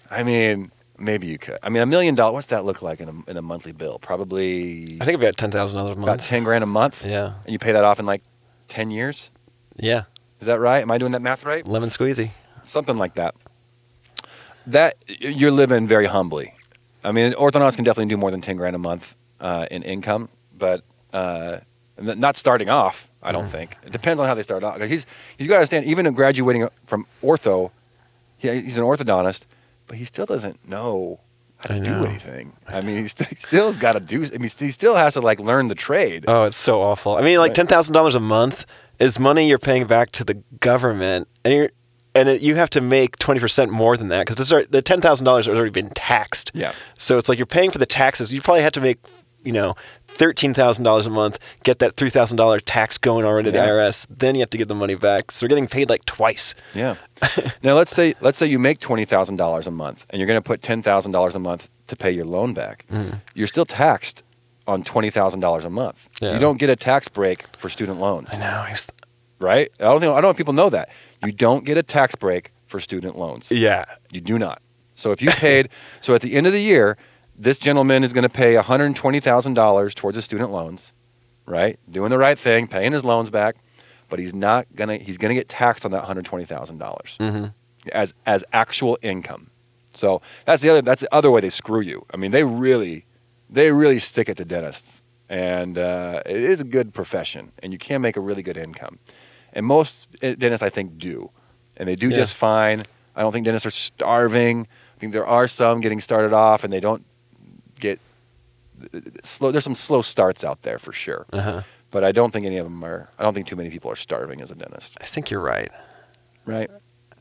[SPEAKER 3] I mean, maybe you could. I mean, a million dollars. What's that look like in a, in a monthly bill? Probably
[SPEAKER 2] I think I've got ten thousand dollars a
[SPEAKER 3] about
[SPEAKER 2] month.
[SPEAKER 3] ten grand a month.
[SPEAKER 2] Yeah.
[SPEAKER 3] and you pay that off in like ten years.
[SPEAKER 2] Yeah.
[SPEAKER 3] Is that right? Am I doing that math right?
[SPEAKER 2] Lemon squeezy.
[SPEAKER 3] Something like that. That you're living very humbly. I mean, orthodontists can definitely do more than ten grand a month uh, in income, but uh, n- not starting off. I
[SPEAKER 2] Mm.
[SPEAKER 3] don't think it depends on how they start off. 'Cause He's you got to understand. Even graduating from ortho, he, he's an orthodontist, but he still doesn't know how to
[SPEAKER 2] I
[SPEAKER 3] do
[SPEAKER 2] know.
[SPEAKER 3] anything. I mean, he's, he still got to do. I mean, he still has to like learn the trade.
[SPEAKER 2] Oh, it's so awful. I mean, like
[SPEAKER 3] Right.
[SPEAKER 2] ten thousand dollars a month is money you're paying back to the government, and you're and it, you have to make twenty percent more than that because the ten thousand dollars has already been taxed.
[SPEAKER 3] Yeah.
[SPEAKER 2] So it's like you're paying for the taxes. You probably have to make you know thirteen thousand dollars a month, get that three thousand dollar tax going already to
[SPEAKER 3] Yeah.
[SPEAKER 2] the IRS. Then you have to give the money back. So you're getting paid like twice.
[SPEAKER 3] Yeah. now let's say let's say you make twenty thousand dollars a month, and you're going to put ten thousand dollars a month to pay your loan back.
[SPEAKER 2] Mm-hmm.
[SPEAKER 3] You're still taxed on twenty thousand dollars a month.
[SPEAKER 2] Yeah.
[SPEAKER 3] You don't get a tax break for student loans,
[SPEAKER 2] I know. it's-
[SPEAKER 3] right? I don't think I don't know if people know that. You don't get a tax break for student loans.
[SPEAKER 2] Yeah.
[SPEAKER 3] You do not. So if you paid, so at the end of the year, this gentleman is going to pay one hundred twenty thousand dollars towards his student loans, right? Doing the right thing, paying his loans back, but he's not gonna. He's going to get taxed on that one hundred twenty thousand dollars
[SPEAKER 2] Mm-hmm.
[SPEAKER 3] as as actual income. So that's the other that's the other way they screw you. I mean, they really they really stick it to dentists, and uh, it is a good profession, and you can make a really good income. And most eh, dentists, I think, do, and they do
[SPEAKER 2] Yeah.
[SPEAKER 3] just fine. I don't think dentists are starving. I think there are some getting started off, and they don't get slow. There's some slow starts out there for sure,
[SPEAKER 2] Uh huh.
[SPEAKER 3] but I don't think any of them are. I don't think too many people are starving as a dentist,
[SPEAKER 2] I think you're right.
[SPEAKER 3] right?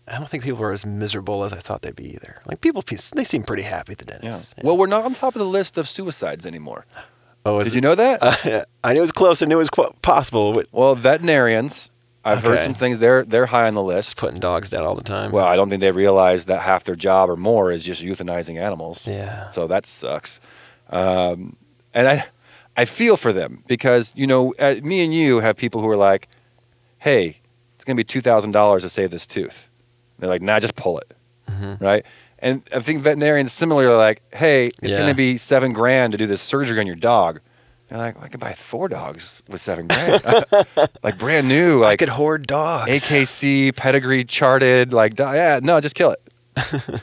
[SPEAKER 2] I don't think people are as miserable as I thought they'd be either. Like people, they seem pretty happy at the dentist.
[SPEAKER 3] Well, we're not on top of the list of suicides anymore.
[SPEAKER 2] Oh, is
[SPEAKER 3] Did you know that?
[SPEAKER 2] Uh, I knew it was close. I knew it was qu- possible. But
[SPEAKER 3] well, veterinarians. I've heard
[SPEAKER 2] Okay.
[SPEAKER 3] some things. They're they're high on the
[SPEAKER 2] just
[SPEAKER 3] list.
[SPEAKER 2] putting dogs down all the time.
[SPEAKER 3] Well, I don't think they realize that half their job or more is just euthanizing animals.
[SPEAKER 2] yeah,
[SPEAKER 3] So that sucks. Um, and I I feel for them because you know uh, me and you have people who are like, hey, it's gonna be two thousand dollars to save this tooth. they're like, nah, just pull it,
[SPEAKER 2] Mhm.
[SPEAKER 3] right? And I think veterinarians similarly are like, hey, it's
[SPEAKER 2] Yeah.
[SPEAKER 3] gonna be seven grand to do this surgery on your dog. They're like, well, I could buy four dogs with seven grand, like brand new,
[SPEAKER 2] I
[SPEAKER 3] like
[SPEAKER 2] could hoard dogs.
[SPEAKER 3] AKC pedigree charted. Like, di- yeah, no, just kill it.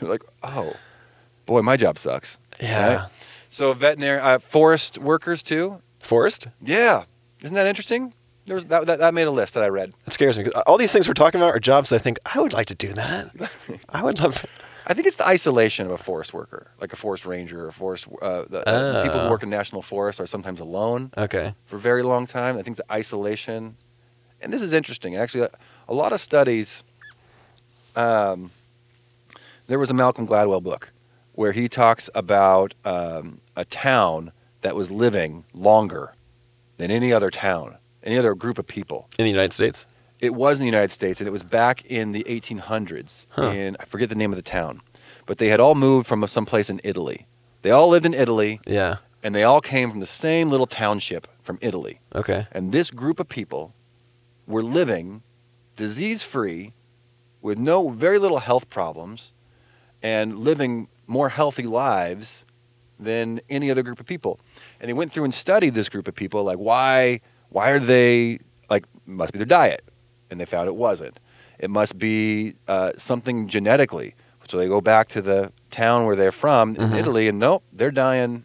[SPEAKER 3] like, oh, boy, my job sucks.
[SPEAKER 2] Yeah,
[SPEAKER 3] Right? So veterinary uh, forest workers too.
[SPEAKER 2] forest.
[SPEAKER 3] Yeah, isn't that interesting? There was, that, that that made a list that I read.
[SPEAKER 2] That scares me. 'cause All these things we're talking about are jobs that I think I would like to do that. I would love.
[SPEAKER 3] I think it's the isolation of a forest worker, like a forest ranger or forest. Uh, the, the people who
[SPEAKER 2] Oh.
[SPEAKER 3] work in national forests are sometimes alone
[SPEAKER 2] Okay.
[SPEAKER 3] for a very long time. I think the isolation, and this is interesting. Actually, a, a lot of studies. Um, there was a Malcolm Gladwell book where he talks about um, a town that was living longer than any other town, any other group of people.
[SPEAKER 2] In the United States.
[SPEAKER 3] It was in the United States, and it was back in the 1800s.
[SPEAKER 2] Huh.
[SPEAKER 3] In I forget the name of the town, but they had all moved from someplace in Italy. They all lived in Italy,
[SPEAKER 2] Yeah.
[SPEAKER 3] and they all came from the same little township from Italy.
[SPEAKER 2] Okay.
[SPEAKER 3] And this group of people were living disease free with no very little health problems and living more healthy lives than any other group of people. And they went through and studied this group of people like why why are they like must be their diet and they found it wasn't. It must be uh, something genetically. So they go back to the town where they're from in
[SPEAKER 2] Mhm.
[SPEAKER 3] Italy and nope, they're dying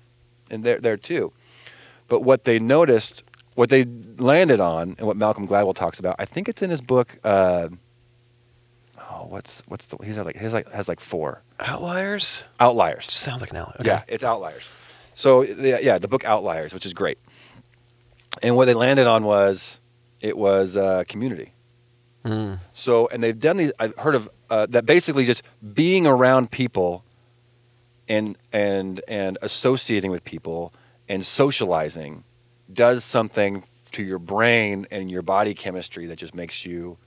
[SPEAKER 3] and they're there too. But what they noticed, what they landed on, and what Malcolm Gladwell talks about, I think it's in his book. Uh, oh, what's what's the he's had like his like has like four
[SPEAKER 2] Outliers.
[SPEAKER 3] outliers.
[SPEAKER 2] Just sounds like an outlier. Okay.
[SPEAKER 3] Yeah, it's outliers. So yeah, yeah, the book Outliers, which is great. And what they landed on was it was uh, community.
[SPEAKER 2] Mm.
[SPEAKER 3] So, and they've done these. I've heard of uh, that. Basically, just being around people, and and and associating with people and socializing, does something to your brain and your body chemistry that just makes you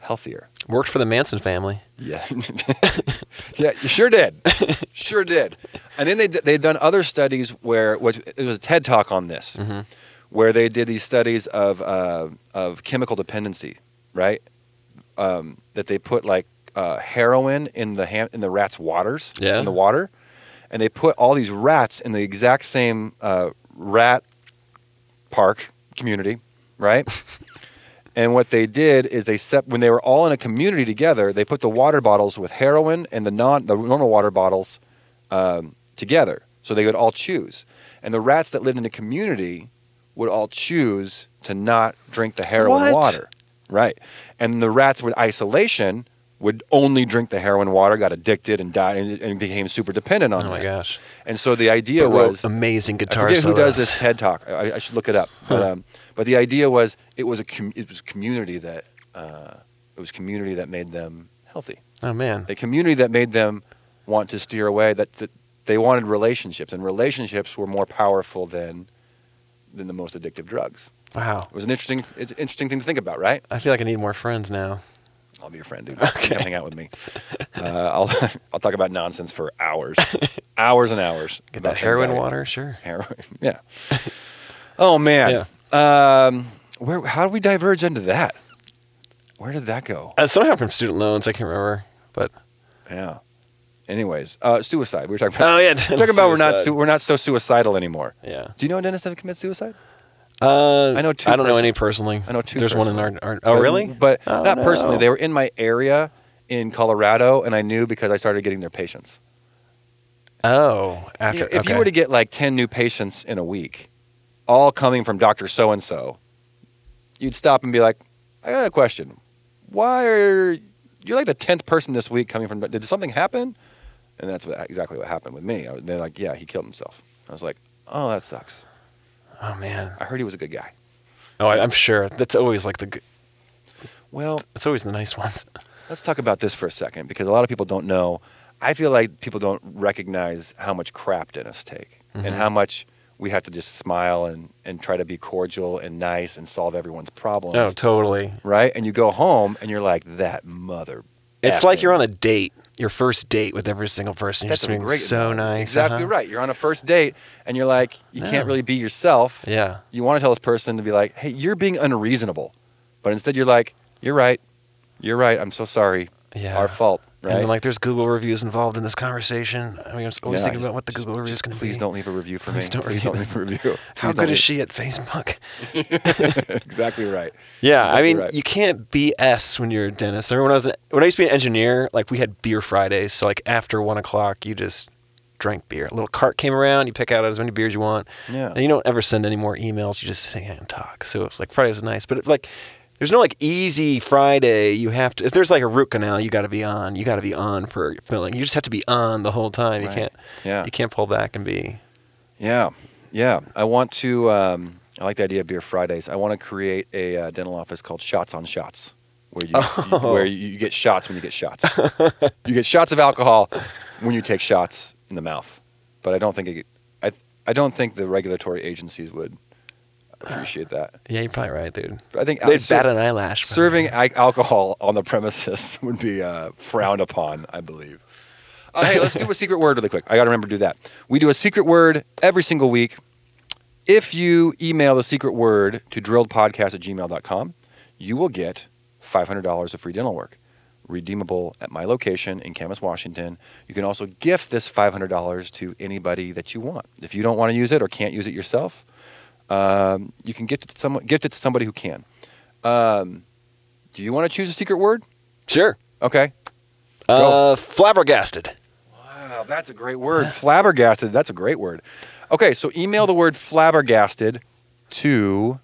[SPEAKER 3] healthier.
[SPEAKER 2] Worked for the Manson family.
[SPEAKER 3] Yeah, yeah, you sure did, sure did. And then they they had done other studies where which it was a TED talk on this, where they did these studies of uh, of chemical dependency, right? Um, that they put like uh, heroin in the ham- in the rat's waters
[SPEAKER 2] Yeah.
[SPEAKER 3] in the water, and they put all these rats in the exact same uh, rat park community, right? and what they did is they set when they were all in a community together, they put the water bottles with heroin and the non the normal water bottles um, together, so they could all choose. And the rats that lived in the community would all choose to not drink the heroin
[SPEAKER 2] What?
[SPEAKER 3] water, right? And the rats with isolation would only drink the heroin water, got addicted and died, and, and became super dependent on
[SPEAKER 2] Oh my
[SPEAKER 3] that.
[SPEAKER 2] gosh.
[SPEAKER 3] And so the idea
[SPEAKER 2] Wrote
[SPEAKER 3] was
[SPEAKER 2] amazing
[SPEAKER 3] I
[SPEAKER 2] guitar
[SPEAKER 3] forget who does
[SPEAKER 2] solos.
[SPEAKER 3] this TED talk. I, I should look it up. But, um, but the idea was it was a com- it was community that uh, it was community that made them healthy.
[SPEAKER 2] Oh man.
[SPEAKER 3] A community that made them want to steer away. That, that they wanted relationships, and relationships were more powerful than than the most addictive drugs.
[SPEAKER 2] Wow.
[SPEAKER 3] It was an interesting it's an interesting thing to think about, right?
[SPEAKER 2] I feel like I need more friends now.
[SPEAKER 3] I'll be your friend, dude. Come hang out with me. Uh, I'll I'll talk about nonsense for hours, hours and hours.
[SPEAKER 2] Get
[SPEAKER 3] about
[SPEAKER 2] that heroin
[SPEAKER 3] anxiety.
[SPEAKER 2] water, sure.
[SPEAKER 3] Heroin. Yeah. oh man. Um, where? How did we diverge into that? Where did that go?
[SPEAKER 2] Uh, somehow from student loans, I can't remember. But
[SPEAKER 3] Yeah. Anyways, uh, suicide. We were talking about.
[SPEAKER 2] oh yeah,
[SPEAKER 3] we're talking about we're not
[SPEAKER 2] suicide.
[SPEAKER 3] su- we're not so suicidal anymore.
[SPEAKER 2] yeah.
[SPEAKER 3] Do you know a dentist that commits suicide?
[SPEAKER 2] Uh,
[SPEAKER 3] I know two
[SPEAKER 2] I don't know
[SPEAKER 3] person-
[SPEAKER 2] any personally.
[SPEAKER 3] I know two
[SPEAKER 2] There's one in
[SPEAKER 3] personally.
[SPEAKER 2] our. our oh
[SPEAKER 3] But-
[SPEAKER 2] really?
[SPEAKER 3] But
[SPEAKER 2] Oh,
[SPEAKER 3] not personally.
[SPEAKER 2] no.
[SPEAKER 3] They were in my area in Colorado, and I knew because I started getting their patients.
[SPEAKER 2] Oh,
[SPEAKER 3] You
[SPEAKER 2] after
[SPEAKER 3] know, if you were to get like 10 new patients in a week, all coming from Dr. So and so, you'd stop and be like, I got a question. Why are you're like the 10th person this week coming from, did something happen? And that's what, exactly what happened with me. I, was- they're like, yeah, he killed himself. I was like, oh, that sucks.
[SPEAKER 2] oh man.
[SPEAKER 3] I heard he was a good guy.
[SPEAKER 2] Oh, I, I'm sure that's always like the. g-
[SPEAKER 3] Well,
[SPEAKER 2] That's always the nice ones.
[SPEAKER 3] let's talk about this for a second because a lot of people don't know. I feel like people don't recognize how much crap dentists take
[SPEAKER 2] Mm-hmm.
[SPEAKER 3] and how much we have to just smile and, and try to be cordial and nice and solve everyone's problems.
[SPEAKER 2] No, Oh, totally.
[SPEAKER 3] Right? And you go home and you're like, that mother.
[SPEAKER 2] It's like you're on a date, your first date with every single person. You're
[SPEAKER 3] That's
[SPEAKER 2] just
[SPEAKER 3] a
[SPEAKER 2] being
[SPEAKER 3] great
[SPEAKER 2] so
[SPEAKER 3] analogy.
[SPEAKER 2] nice.
[SPEAKER 3] Exactly
[SPEAKER 2] uh-huh.
[SPEAKER 3] right. You're on a first date and you're like, you
[SPEAKER 2] Yeah.
[SPEAKER 3] can't really be yourself.
[SPEAKER 2] Yeah.
[SPEAKER 3] You want to tell this person to be like, hey, you're being unreasonable. But instead, you're like, you're right. You're right. I'm so sorry.
[SPEAKER 2] Yeah.
[SPEAKER 3] Our fault. Right?
[SPEAKER 2] And then like, there's Google reviews involved in this conversation. I mean, I'm always
[SPEAKER 3] Yeah, just-
[SPEAKER 2] thinking about what the
[SPEAKER 3] just-
[SPEAKER 2] Google review is
[SPEAKER 3] just
[SPEAKER 2] going to be.
[SPEAKER 3] Please don't leave a review for
[SPEAKER 2] Please
[SPEAKER 3] me.
[SPEAKER 2] don't
[SPEAKER 3] please
[SPEAKER 2] review
[SPEAKER 3] don't leave
[SPEAKER 2] this.
[SPEAKER 3] a review.
[SPEAKER 2] How
[SPEAKER 3] Please don't
[SPEAKER 2] good is
[SPEAKER 3] leave-
[SPEAKER 2] she at Facebook?
[SPEAKER 3] exactly right.
[SPEAKER 2] Yeah, I mean,
[SPEAKER 3] right.
[SPEAKER 2] you can't BS when you're a dentist. I remember when I was when I used to be an engineer, like we had beer Fridays. So like after one o'clock, you just drank beer. A little cart came around, you pick out as many beers you want.
[SPEAKER 3] Yeah.
[SPEAKER 2] And you don't ever send any more emails. You just hang out and talk. So it's like Friday was nice, but it, like there's no like easy Friday. You have to if there's like a root canal, you got to be on. You got to be on for filling. You just have to be on the whole time. You
[SPEAKER 3] Right.
[SPEAKER 2] can't.
[SPEAKER 3] Yeah.
[SPEAKER 2] You can't pull back and be.
[SPEAKER 3] Yeah, yeah. I want to. Um, I like the idea of beer Fridays. I want to create a uh, dental office called Shots on Shots, where you,
[SPEAKER 2] Oh.
[SPEAKER 3] you- where you, you get shots when you get shots. you get shots of alcohol when you take shots in the mouth. But I don't think it, I I don't think the regulatory agencies would appreciate that.
[SPEAKER 2] Yeah, you're probably right, dude.
[SPEAKER 3] I think
[SPEAKER 2] They'd
[SPEAKER 3] ser-
[SPEAKER 2] bat an eyelash. but-
[SPEAKER 3] serving al- alcohol on the premises would be uh, frowned upon, I believe. Uh, hey, let's do a secret word really quick. I got to remember to do that. We do a secret word every single week. If you email the secret word to drilledpodcast at gmail.com, you will get $500 of free dental work, redeemable at my location in Camas, Washington. You can also gift this $500 to anybody that you want. If you don't want to use it or can't use it yourself, um, you can gift it, to someone, gift it to somebody who can. Um, do you want to choose a secret word?
[SPEAKER 2] Sure.
[SPEAKER 3] Okay.
[SPEAKER 2] Uh, flabbergasted.
[SPEAKER 3] Wow, that's a great word. Flabbergasted. That's a great word. Okay, so email the word flabbergasted to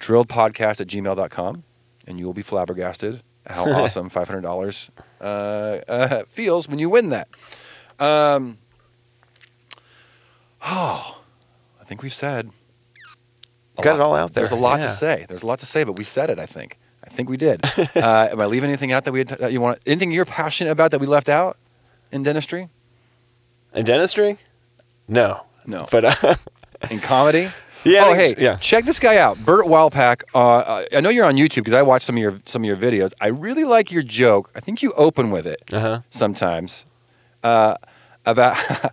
[SPEAKER 3] drilledpodcast at gmail.com and you will be flabbergasted how awesome $500 uh, uh, feels when you win that. Um, oh, I think we've said. a
[SPEAKER 2] Got it
[SPEAKER 3] lot.
[SPEAKER 2] all out there.
[SPEAKER 3] There's a lot
[SPEAKER 2] Yeah.
[SPEAKER 3] to say. There's a lot to say, but we said it, I think. I think we did. uh, am I leaving anything out that we had that you want? Anything you're passionate about that we left out in dentistry?
[SPEAKER 2] In dentistry? No.
[SPEAKER 3] No.
[SPEAKER 2] But uh,
[SPEAKER 3] in comedy.
[SPEAKER 2] Yeah, I
[SPEAKER 3] Oh, hey,
[SPEAKER 2] think- yeah.
[SPEAKER 3] check this guy out, Bert Wildpack. Uh, uh, I know you're on YouTube because I watched some of your some of your videos. I really like your joke. I think you open with it
[SPEAKER 2] uh-huh.
[SPEAKER 3] sometimes. Uh, about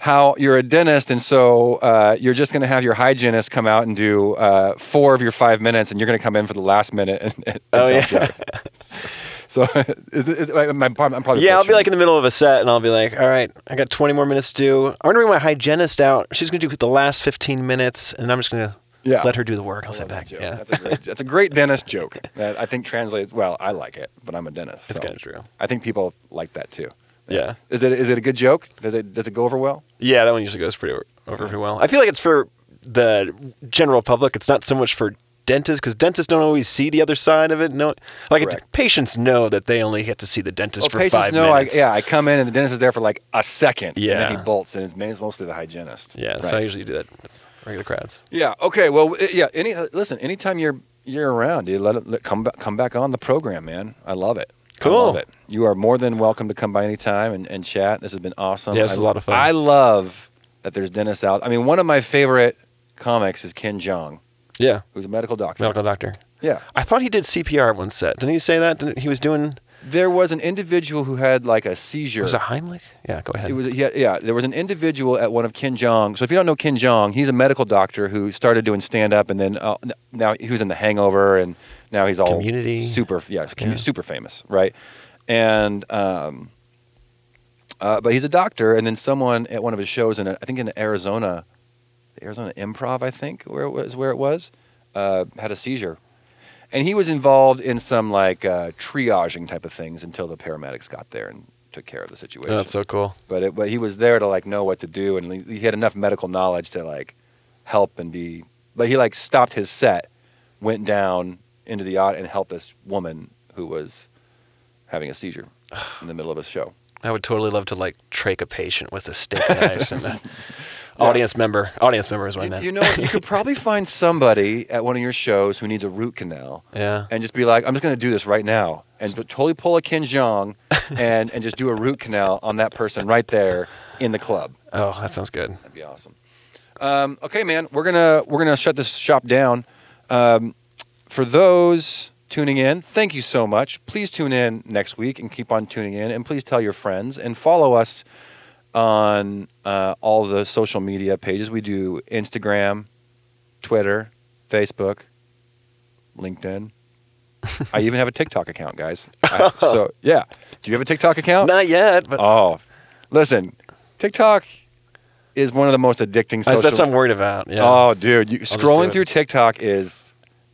[SPEAKER 3] how you're a dentist, and so uh, you're just going to have your hygienist come out and do uh, four of your five minutes, and you're going to come in for the last minute. And, and
[SPEAKER 2] Oh, yeah.
[SPEAKER 3] self-judge. so is, is, I'm, I'm probably
[SPEAKER 2] Yeah, I'll be
[SPEAKER 3] butchering.
[SPEAKER 2] like in the middle of a set and I'll be like, all right, I got 20 more minutes to do. I'm going to bring my hygienist out. She's going to do the last 15 minutes and I'm just going to
[SPEAKER 3] Yeah.
[SPEAKER 2] let her do the work. I'll
[SPEAKER 3] I
[SPEAKER 2] sit
[SPEAKER 3] love that
[SPEAKER 2] back.
[SPEAKER 3] joke.
[SPEAKER 2] Yeah.
[SPEAKER 3] That's, a great, that's a great dentist joke that I think translates well. I like it, but I'm a dentist.
[SPEAKER 2] That's
[SPEAKER 3] so
[SPEAKER 2] kinda true.
[SPEAKER 3] I think people like that too.
[SPEAKER 2] Yeah.
[SPEAKER 3] Is it is it a good joke? Does it does it go over well?
[SPEAKER 2] Yeah, that one usually goes pretty over, over pretty well. I feel like it's for the general public. It's not so much for dentists because dentists don't always see the other side of it. No, like
[SPEAKER 3] Correct. Oh,
[SPEAKER 2] patients know that they only get to see the dentist for five
[SPEAKER 3] know. I,
[SPEAKER 2] minutes.
[SPEAKER 3] yeah, I come in and the dentist is there for like a second. and then
[SPEAKER 2] Yeah.
[SPEAKER 3] he bolts, and it's ma- it's mostly the hygienist.
[SPEAKER 2] yeah.
[SPEAKER 3] right.
[SPEAKER 2] So I usually do that with regular crowds.
[SPEAKER 3] yeah. Okay. Well, i- yeah. Any uh, listen. Anytime you're you're around, dude, let, it, let come back come back on the program, man. I love it. I love
[SPEAKER 2] Cool.
[SPEAKER 3] it. You are more than welcome to come by anytime and, and chat. This has been awesome.
[SPEAKER 2] Yeah, this
[SPEAKER 3] I-
[SPEAKER 2] is a lot of fun.
[SPEAKER 3] I love that there's dentists out. I mean, one of my favorite comics is Ken Jeong,
[SPEAKER 2] Yeah,
[SPEAKER 3] who's a medical doctor.
[SPEAKER 2] medical doctor.
[SPEAKER 3] Yeah.
[SPEAKER 2] I thought he did CPR one set. Didn't he say that? Didn't, he was doing.
[SPEAKER 3] There was an individual who had like a seizure.
[SPEAKER 2] Was it Heimlich? Yeah, go ahead.
[SPEAKER 3] It was yeah, yeah. There was an individual at one of Ken Jong. So if you don't know Ken Jong, he's a medical doctor who started doing stand up, and then uh, n- now he was in The Hangover, and now he's all
[SPEAKER 2] Community.
[SPEAKER 3] super yeah, commu-
[SPEAKER 2] Yeah.
[SPEAKER 3] super famous, right? And um, uh, but he's a doctor, and then someone at one of his shows in uh, I think in Arizona, the Arizona Improv, I think where it was where it was, uh, had a seizure. And he was involved in some like uh, triaging type of things until the paramedics got there and took care of the situation
[SPEAKER 2] Oh, that's so cool.
[SPEAKER 3] but it, but he was there to like know what to do, and he- he had enough medical knowledge to like help and be. But he like stopped his set, went down into the yacht and helped this woman who was having a seizure in the middle of a show.
[SPEAKER 2] I would totally love to like trach a patient with a steak knife and a audience member. Audience member is what I
[SPEAKER 3] You,
[SPEAKER 2] meant.
[SPEAKER 3] you know, you could probably find somebody at one of your shows who needs a root canal.
[SPEAKER 2] yeah.
[SPEAKER 3] And just be like, I'm just going to do this right now, and t- totally pull a Ken Jeong, and and just do a root canal on that person right there in the club.
[SPEAKER 2] Oh, that sounds good.
[SPEAKER 3] That'd be awesome. Um, okay, man, we're gonna we're gonna shut this shop down. Um, for those tuning in, thank you so much. Please tune in next week and keep on tuning in, and please tell your friends and follow us on uh, all the social media pages. We do Instagram, Twitter, Facebook, LinkedIn. I even have a TikTok account, guys. I- so yeah, do you have a TikTok account?
[SPEAKER 2] Not yet, but
[SPEAKER 3] Oh, listen, TikTok is one of the most addicting
[SPEAKER 2] That's-
[SPEAKER 3] social.
[SPEAKER 2] that's what I'm worried about. Yeah.
[SPEAKER 3] Oh, dude, you,
[SPEAKER 2] just do
[SPEAKER 3] scrolling
[SPEAKER 2] it.
[SPEAKER 3] through TikTok is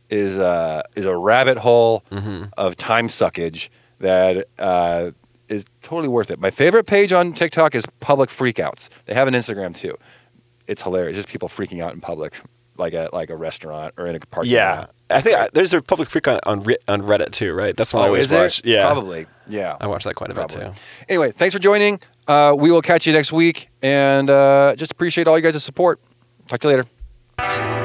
[SPEAKER 3] is uh, is a rabbit hole
[SPEAKER 2] Mhm.
[SPEAKER 3] of time suckage that uh, is totally worth it. My favorite page on TikTok is public freakouts. They have an Instagram too. It's hilarious. Just people freaking out in public, like a like a restaurant or in a parking
[SPEAKER 2] yeah.
[SPEAKER 3] lot.
[SPEAKER 2] I think I, there's a public freak on on, Re- on Reddit too, right? That's what I
[SPEAKER 3] Oh,
[SPEAKER 2] always
[SPEAKER 3] is there?
[SPEAKER 2] watch. Yeah,
[SPEAKER 3] Probably. Yeah.
[SPEAKER 2] I watch that quite a bit
[SPEAKER 3] Probably.
[SPEAKER 2] too.
[SPEAKER 3] Anyway, thanks for joining. Uh, we will catch you next week, and uh, just appreciate all you guys' support. Talk to you later.
[SPEAKER 1] Thank